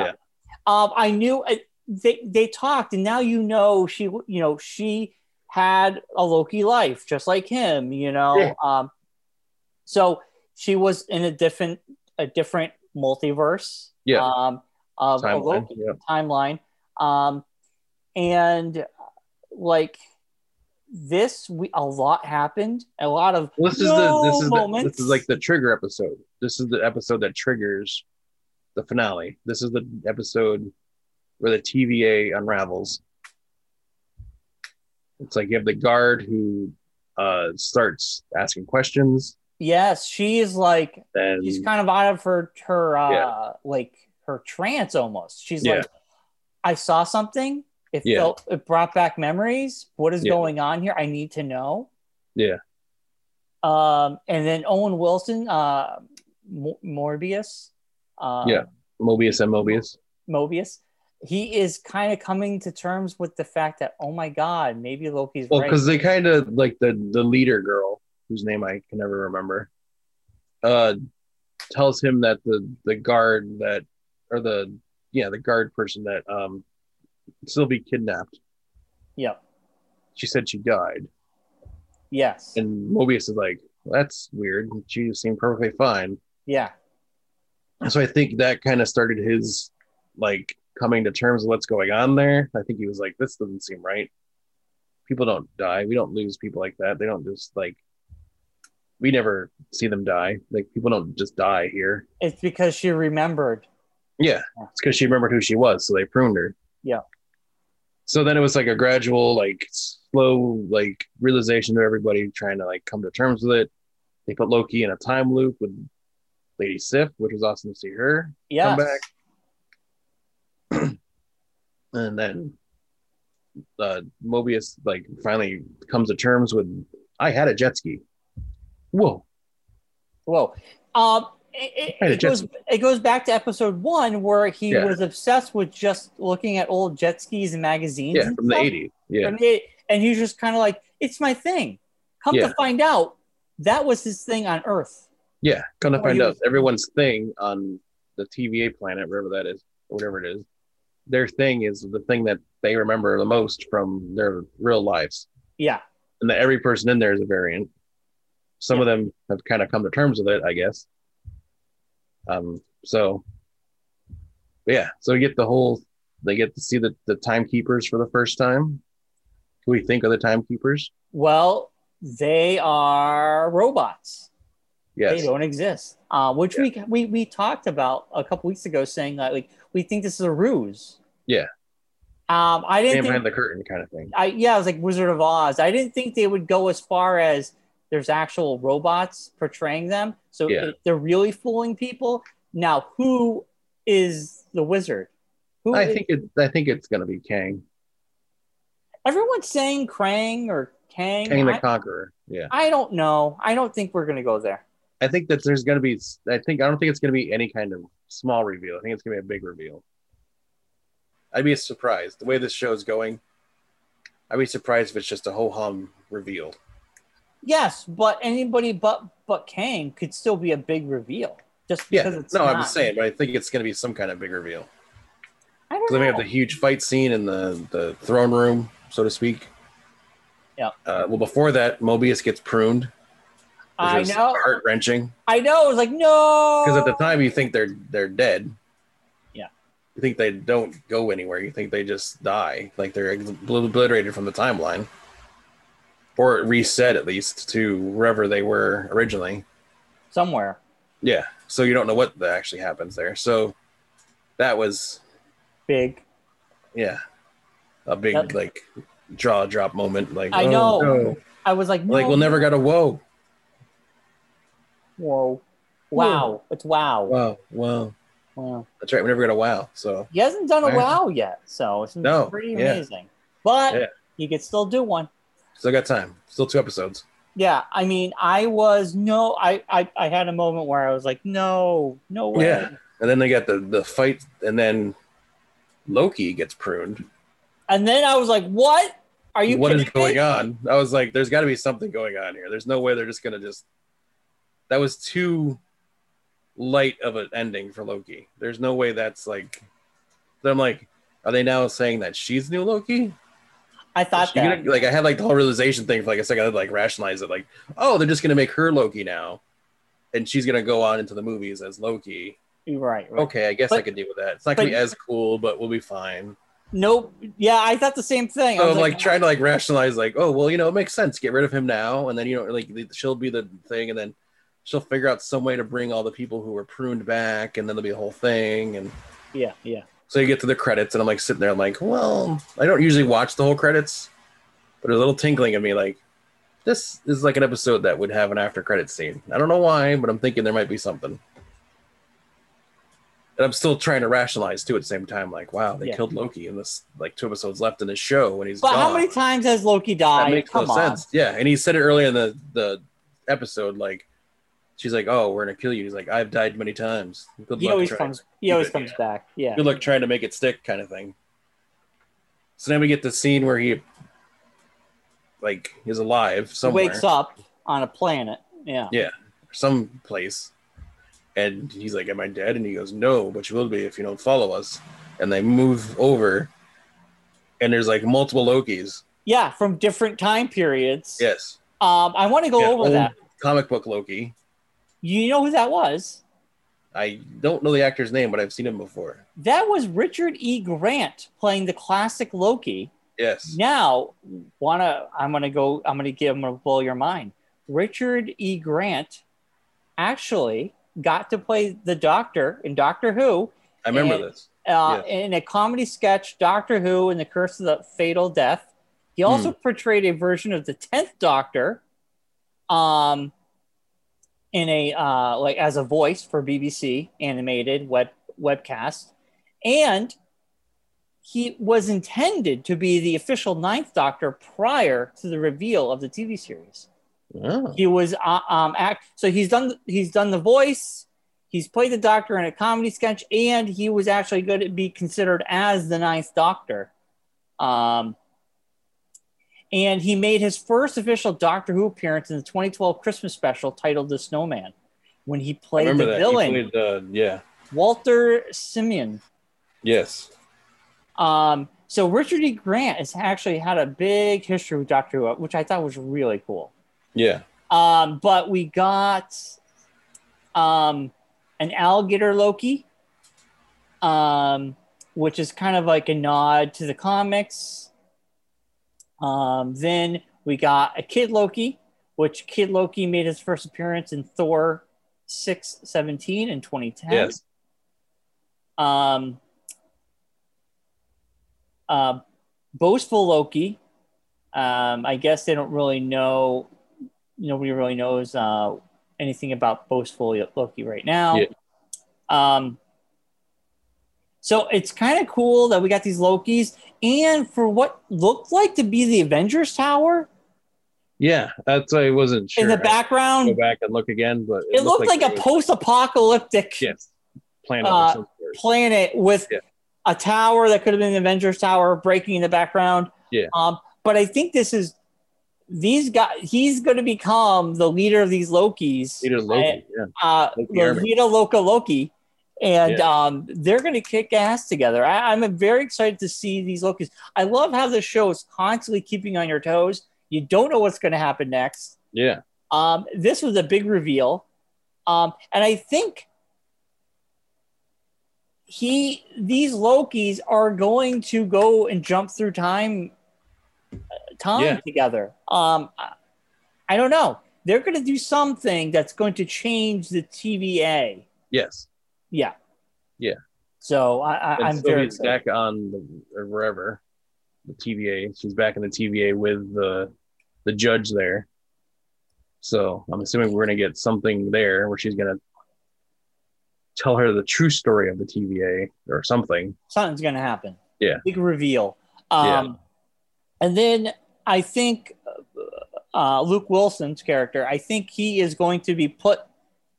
Speaker 1: rock.
Speaker 2: um, I knew I, they they talked, and now you know she you know she had a Loki life just like him. You know,
Speaker 1: Yeah.
Speaker 2: um, so she was in a different a different multiverse.
Speaker 1: Yeah.
Speaker 2: Um, of a
Speaker 1: Timeline.
Speaker 2: Loki
Speaker 1: Yeah.
Speaker 2: timeline. Um, and like this, we a lot happened. A lot of
Speaker 1: Well, this is
Speaker 2: no
Speaker 1: the this is the,
Speaker 2: moments.
Speaker 1: this is like the trigger episode. This is the episode that triggers the finale. This is the episode where the TVA unravels. It's like you have the guard who uh, starts asking questions,
Speaker 2: yes, she is like
Speaker 1: and
Speaker 2: she's kind of out of her her uh
Speaker 1: Yeah.
Speaker 2: like her trance almost she's
Speaker 1: Yeah.
Speaker 2: like i saw something it
Speaker 1: Yeah.
Speaker 2: felt it brought back memories what is
Speaker 1: Yeah.
Speaker 2: going on here i need to know
Speaker 1: Yeah.
Speaker 2: um and then owen wilson uh Mo- morbius uh
Speaker 1: Yeah. Mobius and Mobius.
Speaker 2: mobius he is kind of coming to terms with the fact that oh my god maybe loki's
Speaker 1: Well,
Speaker 2: right
Speaker 1: because they kind of like the the leader girl whose name I can never remember. Uh, tells him that the the guard that or the yeah the guard person that um Sylvie kidnapped.
Speaker 2: yeah
Speaker 1: She said she died,
Speaker 2: yes
Speaker 1: and Mobius is like, "That's weird. She seemed perfectly fine."
Speaker 2: yeah
Speaker 1: And so I think that kind of started his like coming to terms with what's going on there. I think he was like, "This doesn't seem right. People don't die. We don't lose people like that. They don't just like." We never see them die. Like people don't just die here.
Speaker 2: it's because she remembered
Speaker 1: Yeah, it's because she remembered who she was, so they pruned her.
Speaker 2: Yeah.
Speaker 1: So then it was like a gradual, like slow, like realization to everybody trying to like come to terms with it. They put Loki in a time loop with Lady Sif, which was awesome to see her.
Speaker 2: yeah
Speaker 1: back. And then uh, Mobius like finally comes to terms with, I had a jet ski. Whoa!
Speaker 2: Whoa. Um, it,
Speaker 1: Right, it
Speaker 2: it, it goes it goes back to episode one where he
Speaker 1: Yeah.
Speaker 2: was obsessed with just looking at old jet skis and magazines.
Speaker 1: Yeah,
Speaker 2: and
Speaker 1: from the
Speaker 2: stuff.
Speaker 1: '80s. Yeah,
Speaker 2: From the- and he's just kind of like, it's my thing. Come
Speaker 1: Yeah.
Speaker 2: to find out, that was his thing on Earth.
Speaker 1: Oh, yeah. Come to
Speaker 2: Or
Speaker 1: find
Speaker 2: you-
Speaker 1: out, everyone's thing on the TVA planet, wherever that is, whatever it is, their thing is the thing that they remember the most from their real lives,
Speaker 2: Yeah,
Speaker 1: and that every person in there is a variant. Some of them have kind of come to terms with it, I guess. Um. So, yeah. So we get the whole. They get to see the the timekeepers for the first time. Who we think are the timekeepers?
Speaker 2: well, they are robots.
Speaker 1: Yes.
Speaker 2: They don't exist. Uh, which we, we we talked about a couple weeks ago, saying that like we think this is a ruse.
Speaker 1: Yeah.
Speaker 2: Um, I
Speaker 1: Man
Speaker 2: didn't think
Speaker 1: behind the curtain kind of thing.
Speaker 2: I yeah, I was like Wizard of Oz. I didn't think they would go as far as there's actual robots portraying them. So
Speaker 1: Yeah.
Speaker 2: if they're really fooling people. Now, who is the wizard? Who
Speaker 1: I
Speaker 2: is-
Speaker 1: think it. I think it's gonna be Kang.
Speaker 2: everyone's saying Krang or Kang.
Speaker 1: Kang the
Speaker 2: I,
Speaker 1: Conqueror. Yeah.
Speaker 2: I don't know. I don't think we're gonna go there.
Speaker 1: I think that there's going to be, I think, I don't think it's going to be any kind of small reveal. I think it's going to be a big reveal. I'd be surprised the way this show's going. I'd be surprised if it's just a ho hum reveal.
Speaker 2: Yes, but anybody but but Kang could still be a big reveal. Just
Speaker 1: Yeah.
Speaker 2: because
Speaker 1: No,
Speaker 2: it's
Speaker 1: I'm
Speaker 2: not.
Speaker 1: just saying, but I think it's going to be some kind of big reveal.
Speaker 2: I don't
Speaker 1: Because then we have
Speaker 2: know.
Speaker 1: the huge fight scene in the, the throne room, so to speak.
Speaker 2: Yeah.
Speaker 1: Uh, well, before that, Mobius gets pruned. which
Speaker 2: I
Speaker 1: is
Speaker 2: know.
Speaker 1: Heart wrenching.
Speaker 2: I know. It was like no.
Speaker 1: because at the time you think they're they're dead.
Speaker 2: Oh. Yeah.
Speaker 1: You think they don't go anywhere. You think they just die, like they're ex- obliterated from the timeline. or it reset at least to wherever they were originally.
Speaker 2: somewhere.
Speaker 1: Yeah. So you don't know what the- actually happens there. So that was
Speaker 2: Big.
Speaker 1: yeah, a big
Speaker 2: Yep.
Speaker 1: like jaw drop moment. Like
Speaker 2: I
Speaker 1: oh,
Speaker 2: know.
Speaker 1: no.
Speaker 2: I was like, no,
Speaker 1: Like we'll never got a whoa.
Speaker 2: Whoa. Wow. It's wow. wow.
Speaker 1: Wow. Wow. That's right. We never got a wow. So
Speaker 2: He hasn't done a
Speaker 1: Right.
Speaker 2: wow yet, so it's
Speaker 1: No,
Speaker 2: pretty
Speaker 1: yeah.
Speaker 2: amazing. But
Speaker 1: Yeah.
Speaker 2: he could still do one.
Speaker 1: still got time. Still two episodes.
Speaker 2: Yeah, I mean, I was no, I, I, I had a moment where I was like, no, no way.
Speaker 1: Yeah. And then they got the the fight, and then Loki gets pruned.
Speaker 2: And then I was like, what? Are you?
Speaker 1: What is
Speaker 2: kidding
Speaker 1: going
Speaker 2: me?
Speaker 1: on? I was like, there's got to be something going on here. There's no way they're just gonna just. That was too light of an ending for Loki. There's no way that's like. Then I'm like, are they now saying that she's new Loki?
Speaker 2: I
Speaker 1: Is
Speaker 2: thought
Speaker 1: she
Speaker 2: that.
Speaker 1: gonna- like I had like the whole realization thing for like a second. I had to, like rationalize it. Like, oh, they're just gonna make her Loki now, and she's gonna go on into the movies as Loki.
Speaker 2: You're right. right.
Speaker 1: Okay, I guess I
Speaker 2: But-
Speaker 1: can deal with that. It's not gonna
Speaker 2: but-
Speaker 1: be as cool, but we'll be fine.
Speaker 2: Nope. Yeah, I thought the same thing. I
Speaker 1: So
Speaker 2: was
Speaker 1: I'm like, trying to like rationalize, like, oh well, you know, it makes sense. Get rid of him now, and then you know, like she'll be the thing, and then she'll figure out some way to bring all the people who were pruned back, and then there'll be a whole thing. And
Speaker 2: yeah, yeah.
Speaker 1: so you get to the credits, and I'm like sitting there, I'm like, well, I don't usually watch the whole credits, but a little tinkling in me, like, this is like an episode that would have an after credit scene. I don't know why, but I'm thinking there might be something. And I'm still trying to rationalize too at the same time, like, wow, they
Speaker 2: Yeah.
Speaker 1: killed Loki in this like two episodes left in this show, and he's
Speaker 2: But
Speaker 1: gone
Speaker 2: how many times has Loki
Speaker 1: that
Speaker 2: died?
Speaker 1: makes
Speaker 2: Come
Speaker 1: no
Speaker 2: on.
Speaker 1: sense. Yeah, and he said it earlier in the the episode. Like, she's like, "Oh, we're gonna kill you." He's like, "I've died many times. Good
Speaker 2: He
Speaker 1: luck
Speaker 2: always
Speaker 1: trying.
Speaker 2: comes. He always comes back. Yeah.
Speaker 1: Good luck trying to make it stick," kind of thing. So now we get the scene where he, like, is alive
Speaker 2: He
Speaker 1: somewhere,
Speaker 2: wakes up on a planet. Yeah.
Speaker 1: some place, and he's like, "Am I dead?" And he goes, "No, but you will be if you don't follow us." And they move over, and there's like multiple Lokis.
Speaker 2: Yeah, from different time periods.
Speaker 1: Yes,
Speaker 2: Um, I want to go
Speaker 1: Yeah,
Speaker 2: over
Speaker 1: old
Speaker 2: that.
Speaker 1: comic book Loki.
Speaker 2: You know who that was?
Speaker 1: I don't know the actor's name, but I've seen him before.
Speaker 2: That was Richard E. Grant playing the classic Loki.
Speaker 1: Yes.
Speaker 2: Now, wanna I'm gonna go. I'm gonna give. I'm gonna blow your mind. Richard E. Grant actually got to play the Doctor in Doctor Who
Speaker 1: I remember
Speaker 2: and-
Speaker 1: this.
Speaker 2: uh, in a comedy sketch, Doctor Who and the Curse of the Fatal Death. He also portrayed a version of the Tenth Doctor, um, in a uh, like as a voice for BBC animated web webcast, and he was intended to be the official Ninth Doctor prior to the reveal of the TV series.
Speaker 1: Oh.
Speaker 2: He was uh, um act so he's done he's done the voice. He's played the Doctor in a comedy sketch, and he was actually going to be considered as the Ninth Doctor. Um, and he made his first official Doctor Who appearance in the 2012 Christmas special titled "The Snowman," when he
Speaker 1: I
Speaker 2: played the
Speaker 1: remember that. He
Speaker 2: villain
Speaker 1: played, uh, yeah.
Speaker 2: Walter Simeon.
Speaker 1: Yes.
Speaker 2: Um, so Richard E. Grant has actually had a big history with Doctor Who, which I thought was really cool.
Speaker 1: Yeah.
Speaker 2: Um, but we got um, an alligator Loki, um, which is kind of like a nod to the comics. Um, then we got a kid Loki, which kid Loki made his first appearance in Thor 617 in 2010.
Speaker 1: Yes.
Speaker 2: Um, uh, boastful Loki. Um, I guess they don't really know nobody really knows uh, anything about boastful Loki right now.
Speaker 1: Yeah.
Speaker 2: Um, so it's kind of cool that we got these Lokis, and for what looked like to be the Avengers Tower
Speaker 1: Yeah. That's I wasn't sure.
Speaker 2: in the
Speaker 1: I
Speaker 2: background,
Speaker 1: have to
Speaker 2: it,
Speaker 1: Go back and look again, but it,
Speaker 2: looked, like,
Speaker 1: it
Speaker 2: a
Speaker 1: was-
Speaker 2: post-apocalyptic
Speaker 1: Yes. Planet
Speaker 2: uh,
Speaker 1: of some sort.
Speaker 2: planet with
Speaker 1: Yeah.
Speaker 2: a tower that could have been the Avengers Tower breaking in the background.
Speaker 1: Yeah.
Speaker 2: Um, but I think this is these guys. He's going to become the leader of these Lokis.
Speaker 1: Peter Loki. yeah.
Speaker 2: uh,
Speaker 1: Like the army.
Speaker 2: Lolita Loca Loki, and um, they're going to kick ass together. I, I'm very excited to see these Lokis. I love how the show is constantly keeping on your toes. You don't know what's going to happen next.
Speaker 1: Yeah.
Speaker 2: Um, this was a big reveal, um, and I think he these Lokis are going to go and jump through time time
Speaker 1: Yeah.
Speaker 2: together. Um, I- I don't know. They're going to do something that's going to change the TVA.
Speaker 1: Yes.
Speaker 2: Yeah.
Speaker 1: Yeah.
Speaker 2: So I, I,
Speaker 1: And
Speaker 2: I'm
Speaker 1: so
Speaker 2: very
Speaker 1: he's
Speaker 2: excited.
Speaker 1: back on the or wherever the TVA. She's back in the TVA with the the judge there. So I'm assuming we're gonna get something there where she's gonna tell her the true story of the TVA or something.
Speaker 2: something's going to happen.
Speaker 1: Yeah.
Speaker 2: Big reveal.
Speaker 1: Yeah.
Speaker 2: Um, And then I think uh, Luke Wilson's character, I think he is going to be put,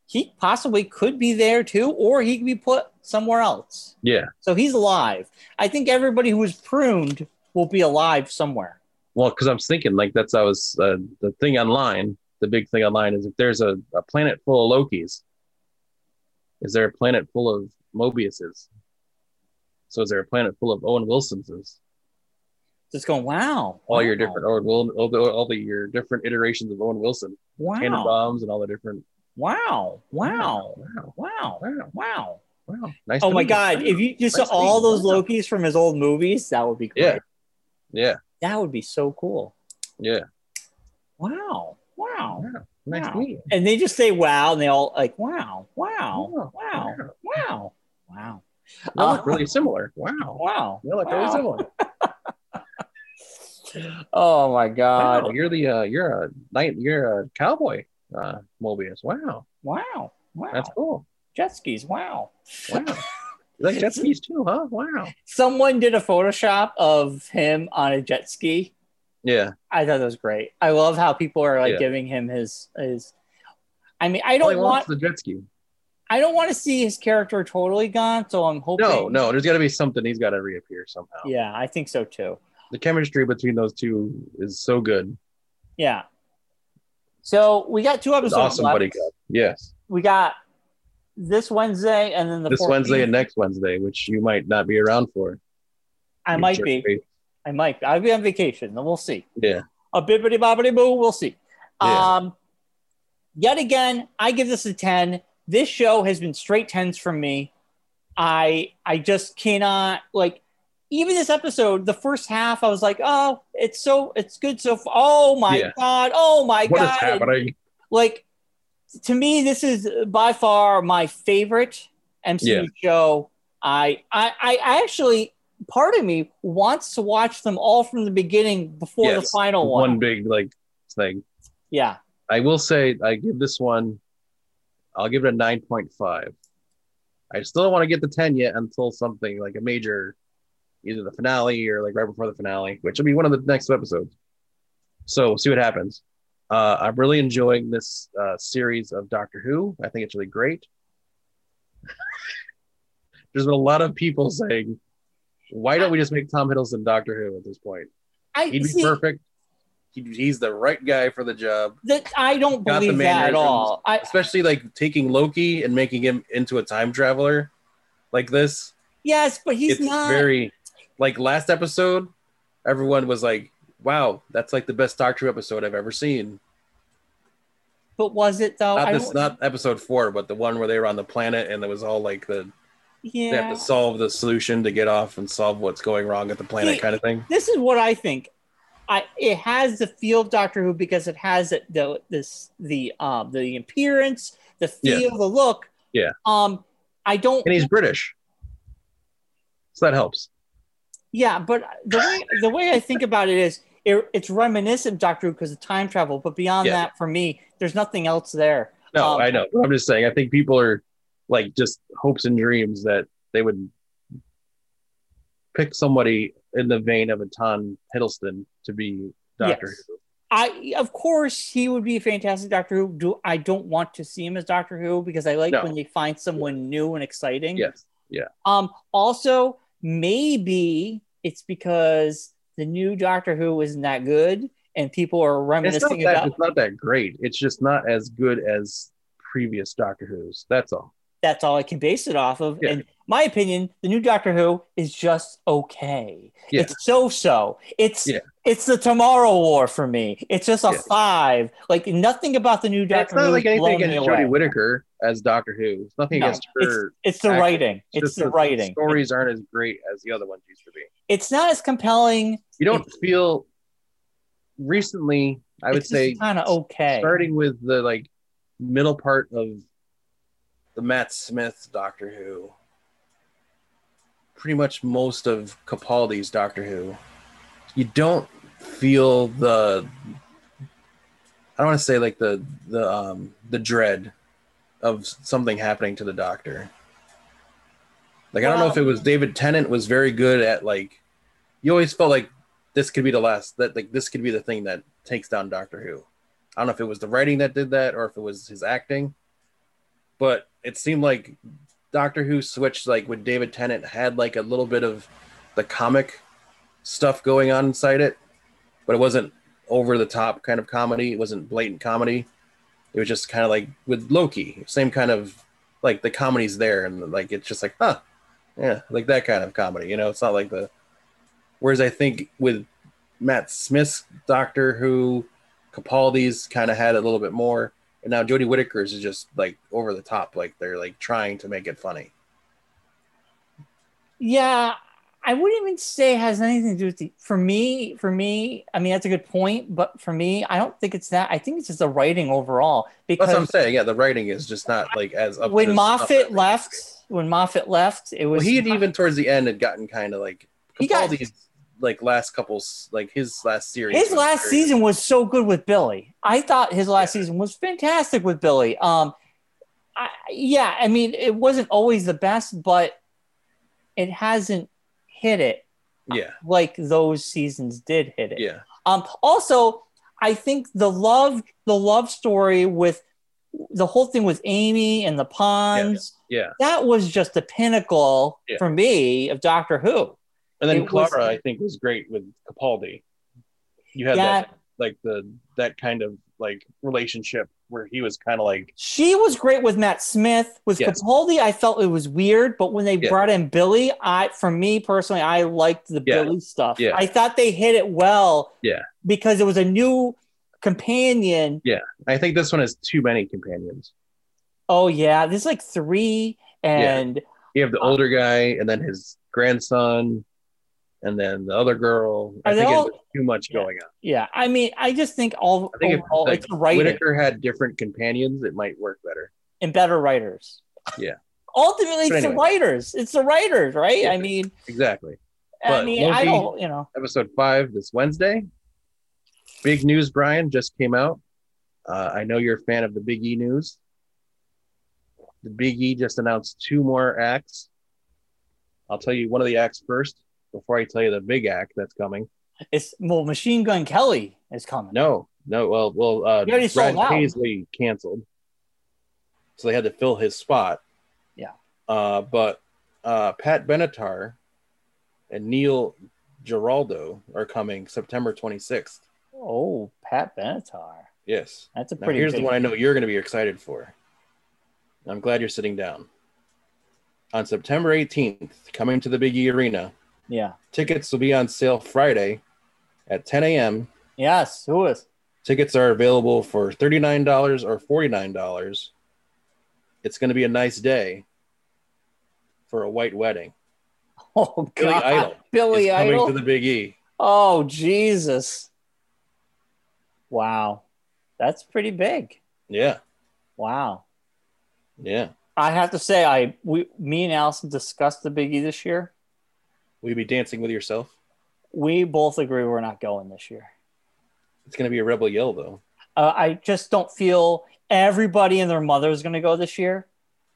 Speaker 2: he possibly could be there too, or he could be put somewhere else.
Speaker 1: Yeah.
Speaker 2: So he's alive. I think everybody who was pruned will be alive somewhere.
Speaker 1: Well, because I'm thinking like that's I was uh, the thing online. The big thing online is if there's a, a planet full of Lokis, is there a planet full of Mobiuses? So is there a planet full of Owen Wilsonses?
Speaker 2: Just going, wow.
Speaker 1: all your
Speaker 2: wow,
Speaker 1: different or all, all, the- all the your different iterations of Owen Wilson, cannon
Speaker 2: Wow.
Speaker 1: bombs, and all the different.
Speaker 2: Wow. Wow.
Speaker 1: wow,
Speaker 2: Wow.
Speaker 1: wow,
Speaker 2: Wow.
Speaker 1: wow! Nice.
Speaker 2: Oh
Speaker 1: to
Speaker 2: my
Speaker 1: meet
Speaker 2: God.
Speaker 1: you.
Speaker 2: If you just
Speaker 1: Nice
Speaker 2: saw all
Speaker 1: meeting you.
Speaker 2: those Lokis from his old movies, that would be great.
Speaker 1: Yeah. yeah,
Speaker 2: That would be so cool.
Speaker 1: yeah,
Speaker 2: Wow. Wow.
Speaker 1: wow, nice
Speaker 2: Wow.
Speaker 1: to meet you.
Speaker 2: And they just say wow and they all like wow. Wow.
Speaker 1: Wow,
Speaker 2: Wow.
Speaker 1: wow.
Speaker 2: Wow. Wow.
Speaker 1: They look
Speaker 2: Uh,
Speaker 1: really similar. Wow,
Speaker 2: Wow.
Speaker 1: they look really
Speaker 2: Wow.
Speaker 1: similar.
Speaker 2: Oh my God.
Speaker 1: Wow, you're the uh, you're a knight, you're a cowboy, uh, Mobius. Wow,
Speaker 2: Wow. Wow.
Speaker 1: that's cool.
Speaker 2: Jet skis. Wow.
Speaker 1: Wow, you like jet skis too, huh? Wow.
Speaker 2: Someone did a Photoshop of him on a jet ski.
Speaker 1: Yeah,
Speaker 2: I thought that was great. I love how people are like
Speaker 1: Yeah.
Speaker 2: giving him his his. I mean, I
Speaker 1: all he
Speaker 2: don't want
Speaker 1: wants is the jet ski.
Speaker 2: I don't want to see his character totally gone. So I'm hoping.
Speaker 1: No, no, there's got to be something. He's got to reappear somehow.
Speaker 2: Yeah, I think so too.
Speaker 1: The chemistry between those two is so good.
Speaker 2: Yeah. So we got two
Speaker 1: It's
Speaker 2: episodes
Speaker 1: awesome,
Speaker 2: left.
Speaker 1: buddy. Cup. Yes.
Speaker 2: we got this Wednesday and then the
Speaker 1: this
Speaker 2: 14th.
Speaker 1: Wednesday and next Wednesday, which you might not be around for.
Speaker 2: I
Speaker 1: You
Speaker 2: might
Speaker 1: jerk
Speaker 2: be.
Speaker 1: face.
Speaker 2: I might. I'll be on vacation. Then we'll see.
Speaker 1: Yeah.
Speaker 2: A bibbity bobbity boo. We'll see.
Speaker 1: Yeah.
Speaker 2: Um, yet again, I give this a ten. This show has been straight tens from me. I I just cannot like. Even this episode, the first half, I was like, "Oh, it's so it's good so far." Oh my
Speaker 1: Yeah.
Speaker 2: god! Oh my
Speaker 1: What is
Speaker 2: god!
Speaker 1: happening?
Speaker 2: like to me this is by far my favorite MCU
Speaker 1: Yeah.
Speaker 2: show. I, I I actually part of me wants to watch them all from the beginning before the
Speaker 1: Yes.
Speaker 2: final one.
Speaker 1: One big like thing.
Speaker 2: Yeah.
Speaker 1: I will say I give this one I'll give it a nine point five. I still don't want to get the ten yet until something like a major either the finale or like right before the finale, which will be one of the next episodes. So we'll see what happens. Uh, I'm really enjoying this uh, series of Doctor Who. I think it's really great. There's been a lot of people saying, "Why don't we just make Tom Hiddleston Doctor Who at this point?
Speaker 2: I
Speaker 1: He'd be
Speaker 2: see
Speaker 1: perfect. He'd, he's the right guy for the job."
Speaker 2: that I don't
Speaker 1: Got the
Speaker 2: believe that at
Speaker 1: mannerisms.
Speaker 2: all. I
Speaker 1: especially like taking Loki and making him into a time traveler like this.
Speaker 2: yes, but he's
Speaker 1: it's
Speaker 2: not
Speaker 1: very like last episode, everyone was like, "Wow, that's like the best Doctor Who episode I've ever seen."
Speaker 2: but was it though?
Speaker 1: not
Speaker 2: Oh, I
Speaker 1: this,
Speaker 2: don't-
Speaker 1: not episode four, but the one where they were on the planet and it was all like the they
Speaker 2: yeah.
Speaker 1: have to solve the solution to get off and solve what's going wrong at the planet
Speaker 2: See,
Speaker 1: kind of thing.
Speaker 2: this is what I think. I it has the feel of Doctor Who because it has it the this the um the appearance, the
Speaker 1: Yeah.
Speaker 2: feel, the look.
Speaker 1: Yeah.
Speaker 2: Um, I don't.
Speaker 1: And he's British, so that helps.
Speaker 2: Yeah, but the way the way I think about it is it, it's reminiscent of Doctor Who because of time travel. But beyond
Speaker 1: Yeah.
Speaker 2: that, for me, there's nothing else there.
Speaker 1: No,
Speaker 2: Um,
Speaker 1: I know. But I'm just saying. I think people are like just hopes and dreams that they would pick somebody in the vein of a Tom Hiddleston to be Doctor
Speaker 2: Yes.
Speaker 1: Who.
Speaker 2: I of course he would be a fantastic Doctor Who. Do I don't want to see him as Doctor Who because I like
Speaker 1: No.
Speaker 2: when they find someone new and exciting.
Speaker 1: Yes.
Speaker 2: Um, also, maybe it's because the new Doctor Who isn't that good, and people are
Speaker 1: It's not,
Speaker 2: reminiscing
Speaker 1: that,
Speaker 2: about.
Speaker 1: it's not that great. It's just not as good as previous Doctor Who's. That's all.
Speaker 2: That's all I can base it off of.
Speaker 1: Yeah.
Speaker 2: And my opinion, the new Doctor Who is just okay.
Speaker 1: Yeah.
Speaker 2: It's so so. It's
Speaker 1: Yeah.
Speaker 2: it's the Tomorrow War for me. It's just a
Speaker 1: Yeah.
Speaker 2: five. Like nothing about the new
Speaker 1: And
Speaker 2: Doctor
Speaker 1: it's not
Speaker 2: Who
Speaker 1: like
Speaker 2: has
Speaker 1: anything
Speaker 2: blown me
Speaker 1: against
Speaker 2: away.
Speaker 1: Jodie Whittaker as Doctor Who. It's nothing
Speaker 2: No,
Speaker 1: against her.
Speaker 2: It's the
Speaker 1: Actually,
Speaker 2: writing. It's
Speaker 1: just
Speaker 2: the writing.
Speaker 1: Stories aren't as great as the other ones used to be.
Speaker 2: It's not as compelling.
Speaker 1: You don't feel recently, I would say
Speaker 2: kind of okay.
Speaker 1: starting with the like middle part of the Matt Smith Doctor Who, pretty much most of Capaldi's Doctor Who, you don't feel the I don't want to say like the the um the dread of something happening to the doctor. Like I don't know
Speaker 2: Well-
Speaker 1: if it was David Tennant was very good at like you always felt like this could be the last that like this could be the thing that takes down Doctor Who. I don't know if it was the writing that did that or if it was his acting, but it seemed like Doctor Who switched like with David Tennant had like a little bit of the comic stuff going on inside it, but it wasn't over the top kind of comedy. It wasn't blatant comedy. It was just kind of like with Loki, same kind of like the comedy's there and like it's just like, huh, yeah, like that kind of comedy. You know, it's not like the. Whereas I think with Matt Smith's Doctor Who, Capaldi's kind of had a little bit more, and now Jodie Whittaker's is just like over the top, like they're like trying to make it funny.
Speaker 2: Yeah, I wouldn't even say it has anything to do with the. For me, for me, I mean that's a good point, but for me, I don't think it's that. I think it's just the writing overall
Speaker 1: That's what I'm
Speaker 2: because
Speaker 1: saying. Yeah, the writing is just not like as up.
Speaker 2: when
Speaker 1: to snuff
Speaker 2: Moffat
Speaker 1: as-
Speaker 2: left, when Moffat left, it was
Speaker 1: well, he had even towards the end had gotten kind of like
Speaker 2: He got-
Speaker 1: Capaldi's like last couples, like his last series.
Speaker 2: his
Speaker 1: was
Speaker 2: last
Speaker 1: very-
Speaker 2: season was so good with Billy. I thought his last season was fantastic with Billy. Um, I, yeah, I mean it wasn't always the best, but it hasn't hit it
Speaker 1: Yeah,
Speaker 2: like those seasons did hit it.
Speaker 1: yeah,
Speaker 2: Um, also, I think the love the love story with the whole thing with Amy and the ponds
Speaker 1: yeah.
Speaker 2: that was just the pinnacle
Speaker 1: Yeah.
Speaker 2: for me of Doctor Who.
Speaker 1: And then
Speaker 2: It was-
Speaker 1: Clara, I think, was great with Capaldi. You had
Speaker 2: Yeah,
Speaker 1: that like the that kind of like relationship where he was kind of like
Speaker 2: she was great with Matt Smith. With
Speaker 1: Yes.
Speaker 2: Capaldi, I felt it was weird, but when they
Speaker 1: Yeah.
Speaker 2: brought in Billy, I for me personally, I liked the
Speaker 1: Yeah.
Speaker 2: Billy stuff.
Speaker 1: Yeah.
Speaker 2: I thought they hit it well.
Speaker 1: Yeah.
Speaker 2: because it was a new companion
Speaker 1: I think this one has too many companions.
Speaker 2: Oh yeah, there's like three, and
Speaker 1: You have the older guy, and then his grandson, and then the other girl. I
Speaker 2: Are they
Speaker 1: think
Speaker 2: all-
Speaker 1: it's too much
Speaker 2: Yeah.
Speaker 1: going on.
Speaker 2: yeah. I mean, I just think all
Speaker 1: I think if
Speaker 2: overall,
Speaker 1: like,
Speaker 2: it's writing
Speaker 1: Whitaker had different companions, it might work better.
Speaker 2: and better writers.
Speaker 1: Yeah.
Speaker 2: Ultimately, it's
Speaker 1: But
Speaker 2: the
Speaker 1: anyway.
Speaker 2: writers. It's the writers, right?
Speaker 1: Yeah.
Speaker 2: I mean,
Speaker 1: Exactly.
Speaker 2: I
Speaker 1: But
Speaker 2: mean, I
Speaker 1: Loki-
Speaker 2: don't, you know.
Speaker 1: episode five this Wednesday. Big news, Brian, just came out. Uh, I know you're a fan of the Big E news. The Big E just announced two more acts. I'll tell you one of the acts first before I tell you the big act that's coming.
Speaker 2: It's well, Machine Gun Kelly is coming.
Speaker 1: No, no, well, well, uh,
Speaker 2: You already sold
Speaker 1: Brad
Speaker 2: out.
Speaker 1: Paisley canceled, so they had to fill his spot.
Speaker 2: Yeah.
Speaker 1: Uh, but uh, Pat Benatar and Neil Giraldo are coming September 26th.
Speaker 2: Oh, Pat Benatar.
Speaker 1: Yes.
Speaker 2: That's a
Speaker 1: Now,
Speaker 2: pretty.
Speaker 1: here's
Speaker 2: big-
Speaker 1: the one I know you're going to be excited for. I'm glad you're sitting down. On September 18th, coming to the Big E Arena,
Speaker 2: Yeah.
Speaker 1: tickets will be on sale Friday at 10 a.m.
Speaker 2: Yes. Who is?
Speaker 1: Tickets are available for $39 or $49. It's going to be a nice day for a white wedding.
Speaker 2: Oh God.
Speaker 1: Billy Idol.
Speaker 2: Billy
Speaker 1: is coming
Speaker 2: Idol.
Speaker 1: to the Big E.
Speaker 2: oh Jesus. Wow, that's pretty big.
Speaker 1: Yeah.
Speaker 2: Wow.
Speaker 1: Yeah.
Speaker 2: I have to say, I we me and Allison discussed the Big E this year.
Speaker 1: Will you be dancing with yourself?
Speaker 2: We both agree we're not going this year.
Speaker 1: It's going to be a rebel yell, though.
Speaker 2: Uh, I just don't feel everybody and their mother is going to go this year,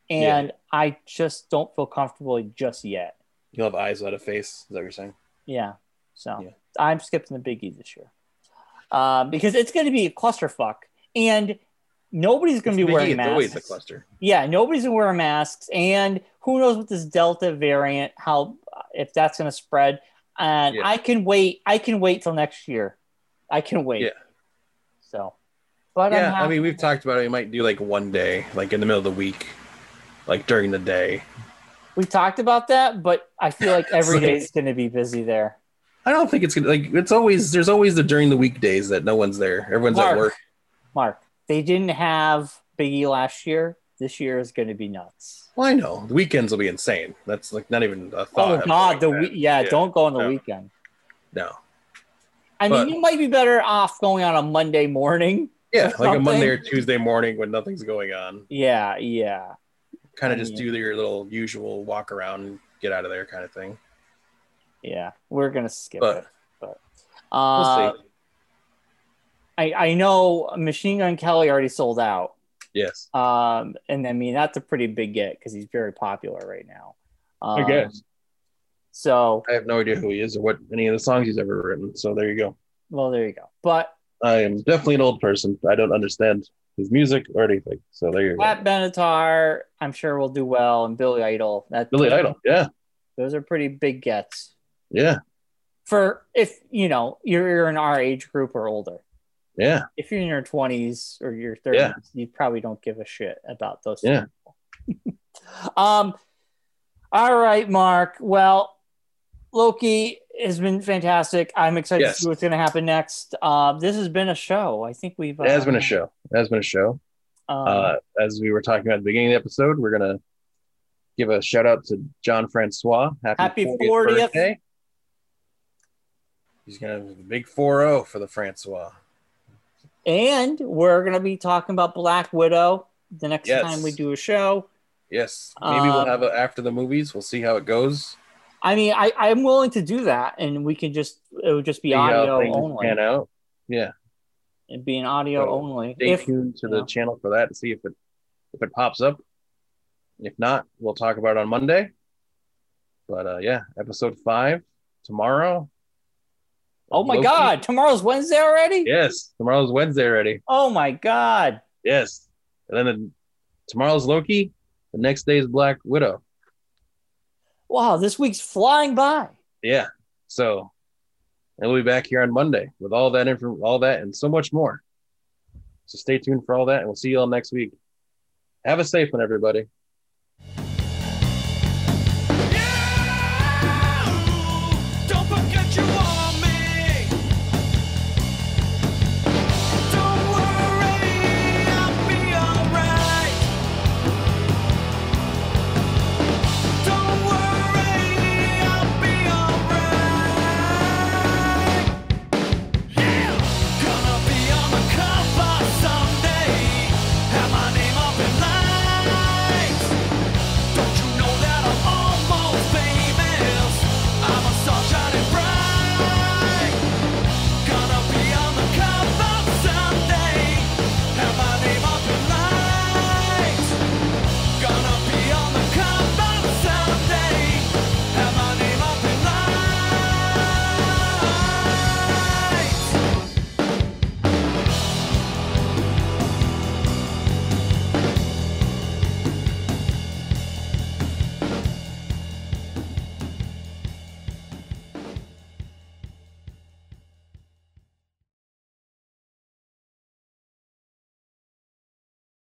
Speaker 2: and I just don't feel comfortable just yet.
Speaker 1: You'll have eyes without a face. Is that what you're saying?
Speaker 2: Yeah, so
Speaker 1: Yeah.
Speaker 2: I'm skipping the Big E this year um, because it's going to be a clusterfuck, and nobody's going
Speaker 1: It's Big
Speaker 2: to be
Speaker 1: E,
Speaker 2: wearing
Speaker 1: it's
Speaker 2: masks.
Speaker 1: always a cluster.
Speaker 2: yeah, nobody's gonna wear masks, and who knows with this Delta variant, how if that's gonna spread. And
Speaker 1: Yeah.
Speaker 2: I can wait. I can wait till next year. I can wait.
Speaker 1: Yeah.
Speaker 2: So, but I'm
Speaker 1: yeah,
Speaker 2: happy.
Speaker 1: I mean, we've talked about it. We might do like one day, like in the middle of the week, like during the day.
Speaker 2: we talked about that, but I feel like every
Speaker 1: It's like-
Speaker 2: day is gonna be busy there.
Speaker 1: I don't think it's gonna like it's always there's always the during the weekdays that no one's there. Everyone's
Speaker 2: Mark,
Speaker 1: at work.
Speaker 2: Mark, they didn't have Biggie last year. This year is gonna be nuts.
Speaker 1: Well, I know the weekends will be insane. That's like not even a thought.
Speaker 2: Oh God, the
Speaker 1: Like
Speaker 2: we- yeah,
Speaker 1: Yeah.
Speaker 2: Don't go on the
Speaker 1: No.
Speaker 2: weekend.
Speaker 1: that. no.
Speaker 2: I
Speaker 1: But-
Speaker 2: mean, you might be better off going on a Monday morning.
Speaker 1: Yeah,
Speaker 2: Or
Speaker 1: like a Monday or
Speaker 2: something.
Speaker 1: Tuesday morning when nothing's going on.
Speaker 2: Yeah, yeah.
Speaker 1: Kind of just
Speaker 2: Yeah.
Speaker 1: do your little usual walk around, and get out of there kind of thing.
Speaker 2: Yeah, we're gonna skip
Speaker 1: But
Speaker 2: it. But
Speaker 1: We'll
Speaker 2: uh,
Speaker 1: see.
Speaker 2: I I know Machine Gun Kelly already sold out.
Speaker 1: Yes,
Speaker 2: Um, and I mean that's a pretty big get because he's very popular right now. Um,
Speaker 1: I guess
Speaker 2: So
Speaker 1: I have no idea who he is or what any of the songs he's ever written. So there you go.
Speaker 2: well, there you go. But
Speaker 1: I am definitely an old person. I don't understand his music or anything. So there you go.
Speaker 2: Pat Benatar, I'm sure will do well, and Billy Idol. That
Speaker 1: Billy Idol. Yeah,
Speaker 2: Those are pretty big gets
Speaker 1: yeah,
Speaker 2: for if you know you're, you're in our age group or older.
Speaker 1: yeah.
Speaker 2: If you're in your 20s or your 30s,
Speaker 1: Yeah.
Speaker 2: you probably don't give a shit about those.
Speaker 1: Yeah.
Speaker 2: people. um. All right, Mark. Well, Loki has been fantastic. I'm excited
Speaker 1: Yes.
Speaker 2: to see what's going to happen next. Uh, this has been a show. I think we've.
Speaker 1: It has
Speaker 2: uh,
Speaker 1: been a show. It has been a show.
Speaker 2: um,
Speaker 1: Uh, as we were talking about at the beginning of the episode, we're gonna give a shout out to John Francois.
Speaker 2: Happy 40th.
Speaker 1: He's gonna have a big 4-0 for the Francois.
Speaker 2: and we're going to be talking about Black Widow the next
Speaker 1: Yes.
Speaker 2: time we do a show.
Speaker 1: Yes, maybe we'll
Speaker 2: Um,
Speaker 1: have it after the movies. We'll see how it goes.
Speaker 2: I mean, I, I'm willing to do that, and we can just it would just be
Speaker 1: See how
Speaker 2: audio
Speaker 1: things
Speaker 2: only.
Speaker 1: pan out.
Speaker 2: It'd be an audio
Speaker 1: uh, So,
Speaker 2: only.
Speaker 1: Stay
Speaker 2: If
Speaker 1: tuned to
Speaker 2: you
Speaker 1: the
Speaker 2: know.
Speaker 1: channel for that to see if it if it pops up. If not, we'll talk about it on Monday. But uh, yeah, episode five tomorrow.
Speaker 2: oh my
Speaker 1: Loki.
Speaker 2: god, tomorrow's Wednesday already.
Speaker 1: Yes, tomorrow's Wednesday already.
Speaker 2: Oh my god,
Speaker 1: Yes. And then the, tomorrow's Loki. The next day is Black Widow.
Speaker 2: wow, this week's flying by.
Speaker 1: Yeah. So, and we'll be back here on Monday with all that info, all that, and so much more. So stay tuned for all that, and we'll see you all next week. Have a safe one, everybody.